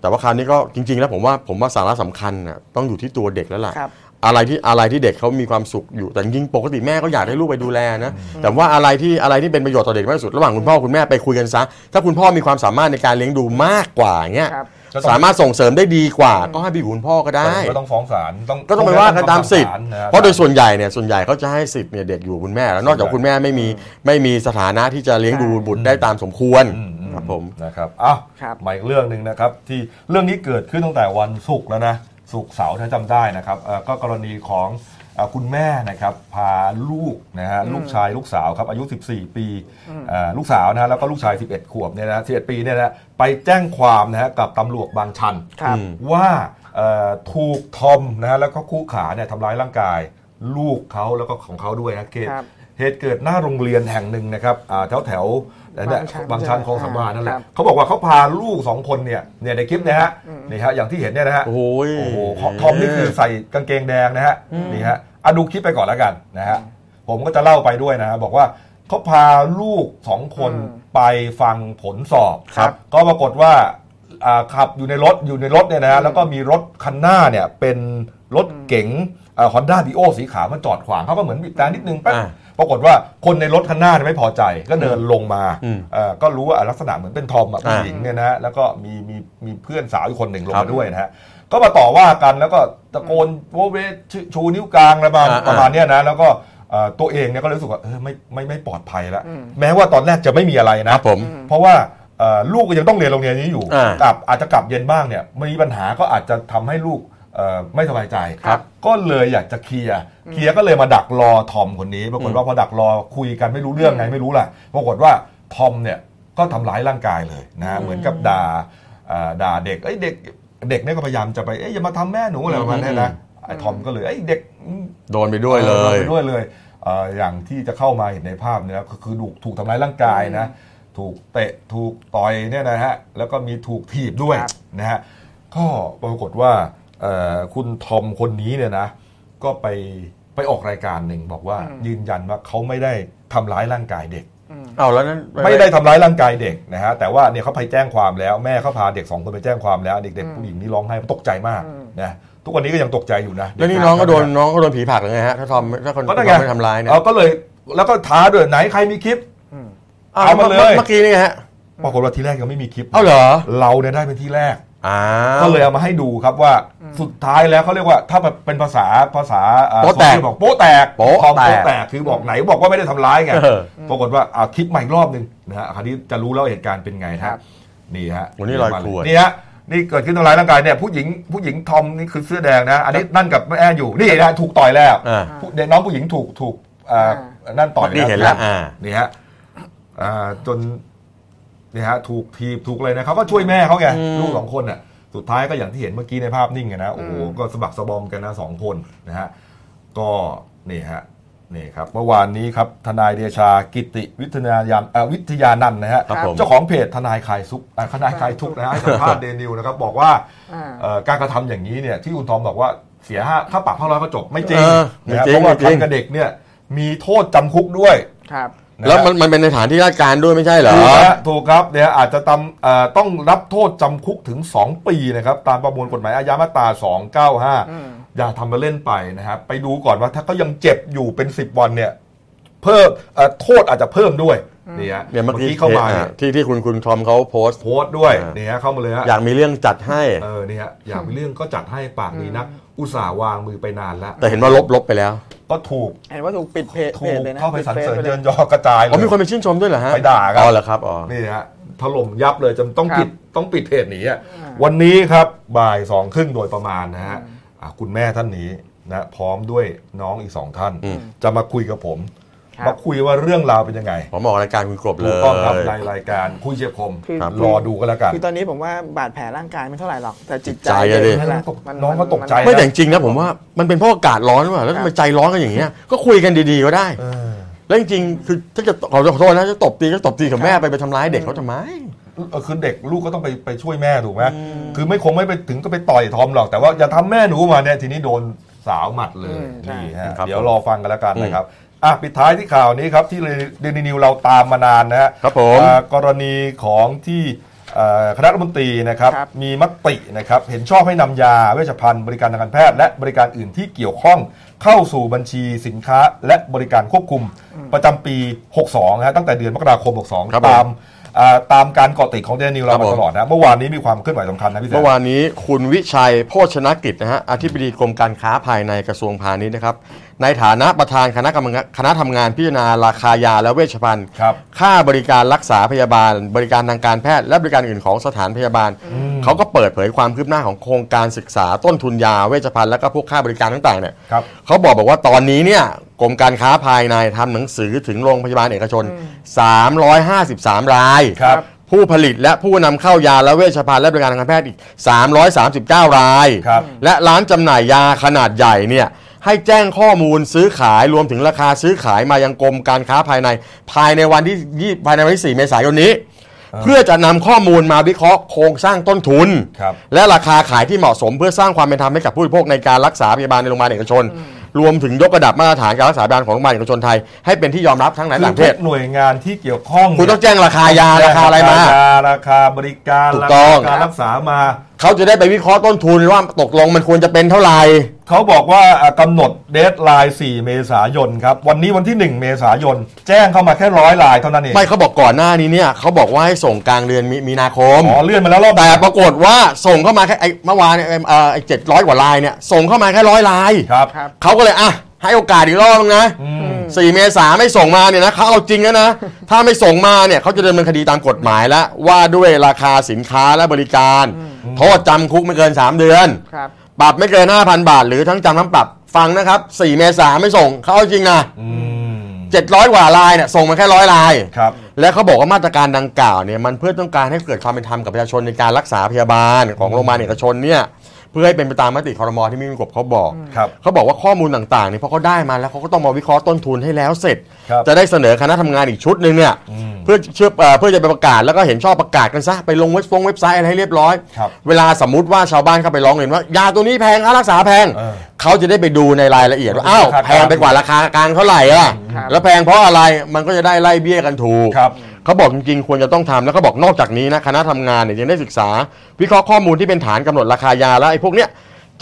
แต่ว่าคราวนี้ก็จริง ๆ แล้วผมว่าผมว่าสาระสำคัญน่ะต้องอยู่ที่ตัวเด็กแล้วล่ะ ครับ อะไรที่อะไรที่เด็กเขามีความสุขอยู่แต่จริงๆปกติแม่ก็อยากให้ลูกไปดูแลนะแต่ว่าอะไรที่อะไรที่เป็นประโยชน์ต่อเด็กมากที่สุดระหว่างคุณพ่อคุณแม่ไปคุยกันซะถ้าคุณพ่อมีความสามารถในการเลี้ยงดูมากกว่าเงี้ย ครับ ก็ต้อง สามารถส่งเสริมได้ดีกว่า ก็ให้ไปอยู่คุณพ่อก็ได้ แต่ก็ต้องฟ้องศาลต้อง ก็ต้องไปว่ากันตามสิทธิ์ ฟ้องศลน เพราะโดยส่วนใหญ่เนี่ยส่วนใหญ่เขาจะให้สิทธิ์เนี่ยเด็กอยู่คุณแม่ แล้วนอกจากคุณแม่ไม่มีไม่มีสถานะที่จะเลี้ยงดูบุตรได้ตามสมควร อืมอืม ครับผม นะครับอ้าว ครับ มาอีกเรื่องหนึ่งนะครับ ที่เรื่องนี้เกิดขึ้นตั้งแต่วันศุกร์แล้วนะศุกร์เสาร์ถ้าจำได้นะครับเอ่อก็กรณีของเอ่อคุณแม่นะครับ พาลูกนะฮะลูกชายลูกสาวครับอายุ 14 ปีเอ่อลูกสาวนะฮะแล้วก็ลูกชาย 11 ขวบเนี่ยนะ11 ปีเนี่ยนะไปแจ้งความนะฮะกับตำรวจบางชัน ครับ อืม ว่าเอ่อถูกทอมนะฮะแล้วก็คู่ขาเนี่ยทำร้ายร่างกาย ลูกเขาแล้วก็ของเขาด้วยนะเกต ครับ เหตุเกิดหน้าโรงเรียนแห่งหนึ่งนะครับแถวแถวๆเนี่ย บางชัน บางชันคใช่ไหมลองสามวานั่นแห ค ละ รับ เขาบอกว่าเขาพาลูกสองคนเนี่ยเนี่ยในคลิปเนะฮะนี่ฮะอย่างที่เห็นเนี่ยนะฮะ โอ้โห โหของทอมนี่คือใส่กางเกงแดงนะฮะนี่ฮะอะดูคลิปไปก่อนแล้วกันนะฮะผมก็จะเล่าไปด้วยนะฮะบอกว่าเขาพาลูกสองคน อืม ไปฟังผลสอบ ครับ ก็ปรากฏว่า อ่าขับอยู่ในรถอยู่ในรถเนี่ยนะฮะแล้วก็มีรถคันหน้าเนี่ยเป็นรถเก๋งฮอนด้าบีโอ Honda Vio สีขาวมันจอดขวางเขาก็เหมือนบิดแตรนิดนึงแป๊บ อ่า ปรากฏว่าคนในรถคันหน้าเนี่ยไม่พอใจก็เดินลงมา อืม เอ่อก็รู้ว่าอ่ะลักษณะเหมือนเป็นทอมอะผู้ อ่า หญิงเนี่ยนะฮะแล้วก็มีมีมีเพื่อนสาวอีกคนหนึ่งลง ครั มา บ ด้วยนะฮะก็มาต่อว่ากันแล้วก็ตะโกนโวเวชูชูนิ้วกลางอะไรประมาณ อ่าอ่า ประมาณเนี้ยนะแล้วก็เอ่อตัวเองเนี่ยก็รู้สึกว่าเออไม่ไม่ไม่ปลอดภัยแล้วแม้ว่าตอนแรกจะไม่มีอะไร ค นะ รับผม เพราะว่าเอ่อลูกก็ยังต้องเรียนโรงเรียนนี้อยู่ อ่าก ลับอาจจะกลับเย็นบ้างเนี่ยมีปัญหาก็อาจจะทำให้ลูกเอ่อไม่สบายใจ ครับ ก็เลยอยากจะเคลียร์เคลียร์ก็เลยมาดักรอทอมคนนี้ปรากฏว่าพอดักรอคุยกันไม่รู้เรื่องไงไม่รู้แหละปรากฏว่าทอมเนี่ยก็ทำร้ายร่างกายเลยนะฮะเหมือนกับด่าเอ่อด่าเด็กเอ้ยเด็กเด็กเนี่ยก็พยายามจะไปเอ้ยอย่ามาทำแม่หนูอะไรประมาณนี้นะไอ้ทอมก็เลยเอ้ยเด็ก โดนไปด้วยเล ออย โดนไปด้วยเลยเอ่ออย่างที่จะเข้ามาเห็นในภาพเนี่ยก็คือถูกถูกทำร้ายร่างกายนะ ถูกเตะถูกต่อยเนี่ยนะฮะแล้วก็มีถูกถีบด้วย ครับ นะฮะก็ปรากฏว่าเอ่อคุณทอมคนนี้เนี่ยนะ ก็ไปไปออกรายการหนึ่งบอกว่ายืนยันว่าเขาไม่ได้ทำร้ายร่างกายเด็ก เอาแล้วนั้น ไม่ได้ทำร้ายร่างกายเด็กนะฮะแต่ว่าเนี่ยเขาไปแจ้งความแล้วแม่เขาพาเด็กสองคนไปแจ้งความแล้วเด็กๆผู้หญิงนี่ร้องไห้ตกใจมากนะทุกวันนี้ก็ยังตกใจอยู่นะ แล้วนี่น้องก็โดนน้องก็โดนผีผลักเลยไงฮะถ้าทอมถ้าคน ก็นั่ทนไง อมไม่ทำร้ายเนี่ย เอาก็เลยแล้วก็ท้าด้วยไหนใครมีคลิป เอามาเลย เมื่อกี้นี่ไงฮะ ปรากฏว่าทีแรกยังไม่มีคลิป เอาเหรอ เราเนี่ยได้เป็นที่แรก อ้า ก็ ว เลยเอามาให้ดูครับว่าสุดท้ายแล้วเขาเรียกว่าถ้าเป็นภาษาภาษาเอ่อ โป๊ะแตก โซเชียลบอกโป๊ะแตก โป๊ะ ทอม แตก โป๊ะแตกคือบอกไหนบอกว่าไม่ได้ทำร้ายไง เออ ปรากฏว่าเอาคลิปใหม่อีกรอบหนึ่งนะฮะคราวนี้จะรู้แล้วเหตุการณ์เป็นไงนะ ครั ฮะ บ นี่ฮะ วันนี้รอยขวน นี่ฮะนี่เกิดขึ้นทำร้ายร่างกายเนี่ยผู้หญิงผู้หญิงทอมนี่คือเสื้อแดงนะอันนี้นั่นกับแม่แอร์อยู่นี่นะถูกต่อยแล้ว อ่า ผู้เด็กน้องผู้หญิงถูกถูกเอ่อนั่นต่อย นี่เห็นแล้วอ่า นี่ฮะอ่าจนนี่ฮะ ถูกทีบถูกอะไรนะเขาก็ช่วยแม่เขาไงลูกสองคนน่ะ สุดท้ายก็อย่างที่เห็นเมื่อกี้ในภาพนิ่งอะนะโอ้โหก็สะบักสะบอมกันนะสองคนนะฮะก็นี่ฮะนี่ครับเมื่อวานนี้ครับทนายเดชากิติวิทยายามเอ่อวิทยานันท์นะฮะ ครับผม เจ้าของเพจทนายคลายซุกอ่าทนายคลายทุกข์นะฮะให้สัมภาษณ์เดนิวนะครับ บอกว่า อ่า เอ่อการกระทำอย่างนี้เนี่ย ที่คุณทอมบอกว่าเสียห้าถ้าปรับห้าร้อยก็จบไม่จริง เออ นะฮะ ไม่จริงเพราะว่า ไม่จริง ทำกับเด็กเนี่ย มีโทษจำคุกด้วย ครับ ะฮะ แล้วมันมันเป็นในฐานที่ราชการด้วยไม่ใช่เหรอ ถูกนะถูกครับเนี่ยอาจจะตำเอ่อต้องรับโทษจำคุกถึง 2 ปีนะครับตามประมวลกฎหมายอาญามาตรา 295 อย่าทำมาเล่นไปนะครับไปดูก่อนว่าถ้าเขายังเจ็บอยู่เป็น 10 วันเนี่ยเพิ่มเอ่อโทษอาจจะเพิ่มด้วยนี่ฮะ เนี่ยเมื่อกี้ เข้ามาเนี่ย อ่ะที่ที่คุณคุณทอมเขาโพสต์ โพสต์ด้วย อ่า นี่ฮะเข้ามาเลยฮะ อยากมีเรื่องจัดให้ เออนี่ฮะอยากมีเรื่องก็จัดให้ปากนี้นะอุตส่าห์วางมือไปนานแล้ว แต่เห็นว่าลบลบไปแล้ว ก็ถูก เห็นว่าถูกปิดเพจ ถู เพ ก จเลยนะ เข้าไปสรรเสริญ ปิดฟซล เยิ ย นยอกระจายเลย อ๋อมีคนไปชื่นชมด้วยเหรอฮะ ไปด่ากัน อ๋อเหรอครับอ๋อ นี่ฮะถล่มยับเลยจนต้อง ครับ ปิดต้องปิดเพจหนีอ่ะ อ่า วันนี้ครับบ่ายสองครึ่งโดยประมาณนะฮะอ่ะคุณแม่ท่านนี้นะพร้อมด้วยน้องอีกสองท่าน อืม จะมาคุยกับผม ครับ มาคุยว่าเรื่องราวเป็นยังไง ผมบอกรายการคุณกรบเล ถูก ย ต้องครับในรายการคุยเชียร์คม คือ ครับ รอดูกันแล้วกัน คือตอนนี้ผมว่าบาดแผลร่างกายไม่เท่าไหร่หรอก แต่จิตใจ ใจอะดิ เยแหละมั น้องก็ตกใจ ไม่แต่ นะ จริงๆนะผมว่ามันเป็นเพราะอากาศร้อนหรือเปล่าแล้วทำไมใจร้อนกันอย่างเงี้ยก็คุยกันดีๆก็ได้ เออ แล้วจริงๆคือถ้าจะขอโทษนะจะตบตีก็ตบตีกับแม่ไปไปทำร้ายเด็กเขาทำไม เออคือเด็กลูกก็ต้องไปไปช่วยแม่ถูกไหมคือไม่คงไม่ไปถึงก็ไปต่อยทอมหรอกแต่ว่าอย่าทำแม่หนูมาเนี่ยทีนี้โดนสาวหมัดเลย อืมใช่ นี่ฮะ ครับ เดี๋ยวรอฟังกันแล้วกันนะครับอ่ะปิดท้ายที่ข่าวนี้ครับ ที่เดนินิวเราตามมานานนะฮะ ครับผม อ่ากรณีของที่เอ่อคณะรัฐมนตรีนะครับ ครับ มีมตินะครับ เห็นชอบให้นำยาเวชภัณฑ์บริการทางการแพทย์ และบริการอื่นที่เกี่ยวข้องเข้าสู่บัญชีสินค้า และบริการควบคุมประจำปี 62ฮะตั้งแต่เดือนมกราคม ครับ 62 ตามอ่าตามการเกาะติดของเดนินิวคเรารับ มา ผม ตลอดนะเมื่อวานนี้มีความเคลื่อนไหวสำคัญนะพี่แซ เมื่อวานนี้คุณวิชัยโภชนกิจนะฮะอธิบดีกรมการค้าภายในกระทรวงพาณิชย์นะครับ ในฐานะประธานคณะกรรมการคณะทำงานพิจารณาราคายาและเวชภัณฑ์ ครับ ค่าบริการรักษาพยาบาล บริการทางการแพทย์และบริการอื่นของสถานพยาบาล เขาก็เปิดเผยความคืบหน้าของโครงการศึกษาต้นทุนยาเวชภัณฑ์และก็พวกค่าบริการต่างๆเนี่ย ครับ เขาบอกบอกว่าตอนนี้เนี่ยกรมการค้าภายในทำหนังสือถึงโรงพยาบาลเอกชน 353 ราย ครับ ผู้ผลิตและผู้นำเข้ายาและเวชภัณฑ์และบริการทางการแพทย์อีก 339 ราย ครับ และร้านจำหน่ายยาขนาดใหญ่เนี่ยให้แจ้งข้อมูลซื้อขายรวมถึงราคาซื้อขายมายังกรมการค้าภายใน ภายในวันที่ยี่ภายในวันที่ 4 เมษายนนี้ เพื่อจะนำข้อมูลมาวิเคราะห์โครงสร้างต้นทุน ครับ และราคาขายที่เหมาะสมเพื่อสร้างความเป็นธรรมให้กับผู้บริโภคในการรักษาพยาบาลในโรงพยาบาลเอกชน รวมถึงยกระดับมาตรฐานการรักษาพยาบาลของโรงพยาบาลเอกชนไทยให้เป็นที่ยอมรับทั้งใน คือ ต่างประ ทุ เทศ กหน่วยงานที่เกี่ยวข้อง คุณ เนี่ย ต้องแจ้งราคายาราคาอะไรมา รคยราคาบริการ ถูก รา ต้ คา อง การรักษามา เขาจะได้ไปวิเคราะห์ต้นทุนว่าตกลงมันควรจะเป็นเท่าไหร่ เขาบอกว่าอ่ะกำหนดเดทไลน์ 4 เมษายนครับ วันนี้วันที่ 1 เมษายน แจ้งเข้ามาแค่ร้อยลายเท่านั้นเอง ไม่เขาบอกก่อนหน้านี้เนี่ยเขาบอกว่าให้ส่งกลางเดือนมีมีนาคม อ๋อเลื่อนมาแล้วรอบ แต่ปรากฏว่าส่งเข้ามาแค่ไอ้เมื่อวานเนี่ยเอ่อไอ้เจ็ดร้อยกว่าลายเนี่ยส่งเข้ามาแค่ร้อยลาย ครับ ครับ เขาก็เลยอ่ะให้โอกาสอีกรอบนึงนะสี่เมษาไม่ส่งมาเนี่ยนะเขาเอาจริงแล้ว นะ ถ้าไม่ส่งมาเนี่ยเขาจะดำเนินคดีตามกฎหมายแล้วว่าด้วยราคาสินค้าและบริการ โทษจำคุกไม่เกิน 3 เดือน ครับ ปรับไม่เกิน 5,000 บาท หรือทั้งจำทั้งปรับฟังนะครับ 4 เมษาไม่ส่งเขาเอาจริงนะ อืม 700 กว่าลายเนี่ยส่งมาแค่ร้อยลาย ครับ และเขาบอกว่ามาตรการดังกล่าวเนี่ยมันเพื่อต้องการให้เกิดความเป็นธรรมกับประชาชนในการรักษาพยาบาลของโรงพยาบาลเอกชนเนี่ยเพื่อให้เป็นไปตามมติคอรมอที่มีกบเขาบอก ครับ เขาบอกว่าข้อมูลต่างๆเนี่ยพอเขาได้มาแล้วเขาก็ต้องมาวิเคราะห์ต้นทุนให้แล้วเสร็จ ครับ จะได้เสนอคณะทำงานอีกชุดหนึ่งเนี่ย อืม เพื่อเชื่อเอ่อเพื่อจะไปประกาศแล้วก็เห็นชอบประกาศกันซะไปลงเว็บฟงเว็บไซต์อะไรให้เรียบร้อย ครับ เวลาสมมติว่าชาวบ้านเข้าไปร้องเรียนว่ายาตัวนี้แพงค่ารักษาแพง เออ เขาจะได้ไปดูในรายละเอียดว่าอ้าว ราคากลาง แพงไปกว่าราคากลางเท่าไหร่อะ ครับ แล้วแพงเพราะอะไรมันก็จะได้ไล่เบี้ยกันถูก ครับ เขาบอกจริงๆ ควรจะต้องทำแล้วก็บอกนอกจากนี้นะคณะทำงานเนี่ยยังได้ศึกษา วิเคราะห์ข้อมูลที่เป็นฐานกำหนดราคายาและไอ้พวกเนี้ย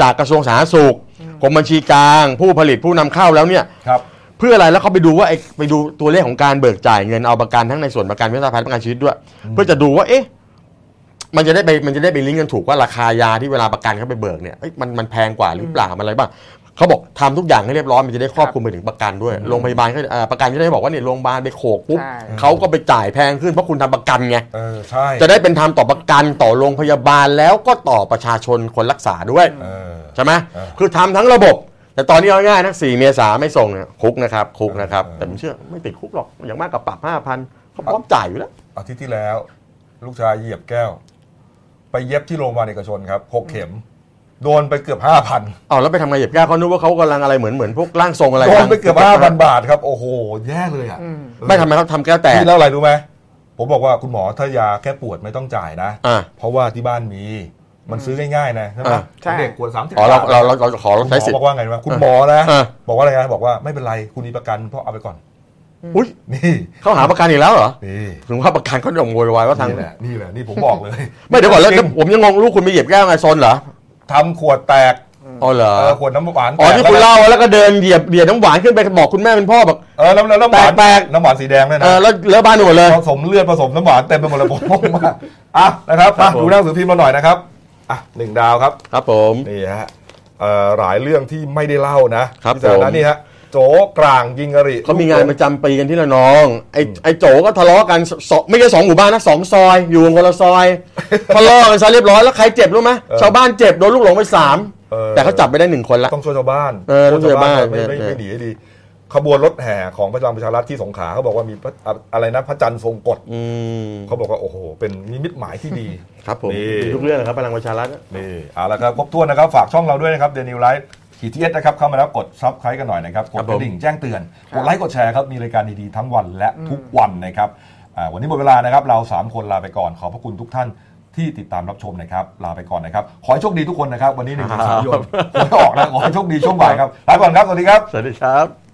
จากกระทรวงสาธารณสุขกรมบัญชีกลาง ผู้ผลิตผู้นำเข้าแล้วเนี่ย ครับ เพื่ออะไรแล้วเขาไปดูว่าไอ้ไปดูตัวเลขของการเบิกจ่ายเงินเอาประกันทั้งในส่วนประกันเวชภัณฑ์ประกันชีวิตด้วย เพื่อจะดูว่าเอ๊ะมันจะได้ไปมันจะได้ไปลิงก์กันถูกว่าราคายาที่เวลาประกันเขาไปเบิกเนี่ยเอ้ยมันมันแพงกว่าหรือเปล่ามันอะไรบ้างเขาบอกทำทุกอย่างให้เรียบร้อยมันจะได้ครอบคลุมไปถึงประกันด้วยโรงพยาบาลก็เอ่อประกันก็ได้บอกว่าเนี่ยโรงพยาบาลไปโขกปุ๊บ ใช่ เขาก็ไปจ่ายแพงขึ้นเพราะคุณทำประกันไง เออ ใช่ จะได้เป็นธรรมต่อประกันต่อโรงพยาบาลแล้วก็ต่อประชาชนคนรักษาด้วย เออ ใช่ไหม เออ คือทำทั้งระบบ แต่ตอนนี้เอาง่ายๆนะสี่เมษาไม่ส่งเนี่ยคุกนะครับคุกนะครับ แต่ผมเชื่อไม่ติดคุกหรอกอย่างมากกับปรับห้าพันเขาพร้อมจ่ายอยู่แล้ว อาทิตย์ที่แล้ว ลูกชายเหยียบแก้ว ไปเย็บที่โรงพยาบาลเอกชนครับหกเข็ม โดนไปเกือบห้าพัน เอาแล้วไปทำไงเหยียบแก้วเขานึกว่าเขากำลังอะไรเหมือนเหมือนพวกร่างทรงอะไร โดนไปเกือบห้าพันบาทครับ โอ้โห แย่เลยอ่ะเออ ไม่ทำไมเขาทำแก้วแตก พี่เล่าอะไรรู้ไหมผมบอกว่าคุณหมอถ้ายาแค่ปวดไม่ต้องจ่ายนะ อ่ะ เพราะว่าที่บ้านมีมันซื้อง่ายๆนะใช่ไหม อ่ะ ใช่ เด็กขวดสามสิบ อ๋อเราเราเราเราขอ คุณหม ใช้สิท อ ธิ์ บอกว่าไงรู้ไหมคุณหมอนะ อ่ะ บอกว่าอะไรนะบอกว่าไม่เป็นไรคุณมีประกันเพราะเอาไปก่อน อุ้ย นี่ เข้าหาประกันอีกแล้วเหรอ นี่ ถึงว่าประกันก็ยอมโวยวายว่าทาง นี่แหละนี่แหละนี่ผมบอกเลย ไม่เดี๋ยวก่อนแล้ว จริง ผมยังงงลูกคุณไปเหยียบแก้วไงซนเหรอ ทำขวดแตก อ๋อเหรอ เออขวดน้ำหวานแตก อ๋อที่คุณ แว เล่าแล้วก็เดินเหยียบเหยียบน้ำหวานขึ้นไปบอกคุณแม่เป็นพ่อบอก เออแล้วแล้วน้ำหวาน แตกๆ น้ำหวานสีแดงด้วย เอ นะ อแล้วแล้วบ้านหมดเลย ผสมเลือดผสมน้ำหวานเต็มไปหมดเลยผม งงมากอ่ะนะครับ ครั มา บผม ดูหน้าหนังสือพิมพ์เราหน่อยนะครับอ่ะหนึ่งดาวครับ ครับผม นี่ฮะเอ่อหลายเรื่องที่ไม่ได้เล่านะครับ พี่สา ผม นะนี่ฮะโจกลางยิงอริ เขามีงานประจำปีกันที่ระนอง ไอ้ไอ้โจก็ทะเลาะกันสสไม่ใช่สองหมู่บ้านนะสองซอย อยู่คนละซอย ทะเลาะกันซะเรียบร้อยแล้วใครเจ็บรู้ไหมชาวบ้านเจ็บโดนลูกหลงไปสามแต่เขาจับไปได้หนึ่งคนละ ต้องช่วยชาวบ้าน เออต้องช่วยชาวบ้าน ไม่ไม่ เออ ไม่หนีให้ดี ขบวนรถแห่ของพลังประชารัฐที่สงขลาเขาบอกว่ามีพระอะอะไรนะพระจันทร์ทรงกฎ อืม เขาบอกว่าโอ้โห เป็นนิมิตหมายที่ดี ครับผม นี่ มีทุกเรื่องนะครับพลังประชารัฐ นี่เอาละครับครบถ้วนนะครับฝากช่องเราด้วยนะครับเดนิวไลฟ์ขีดทีเอสนะครับเข้ามาแล้วกดซับคล้ายกันหน่อยนะครับก ครั ด บ ก ผม ระดิ่งแจ้งเตือนกดไลค์กดแชร์ครับมีรายการดีๆทั้งวันและทุกวันนะครับอ่าวันนี้หมดเวลานะครับเรา 3 คนลาไปก่อนขอบพระคุณทุกท่านที่ติดตามรับชมนะครับลาไปก่อนนะครับขอให้โชค ดีทุกคนนะครับวันนี้หนึ่งสิงหาคมหวยออกนะขอให้โชคดีช่วงบ่ายครับลาไปก่อนครับสวัสดีครับ สวัสดีครับ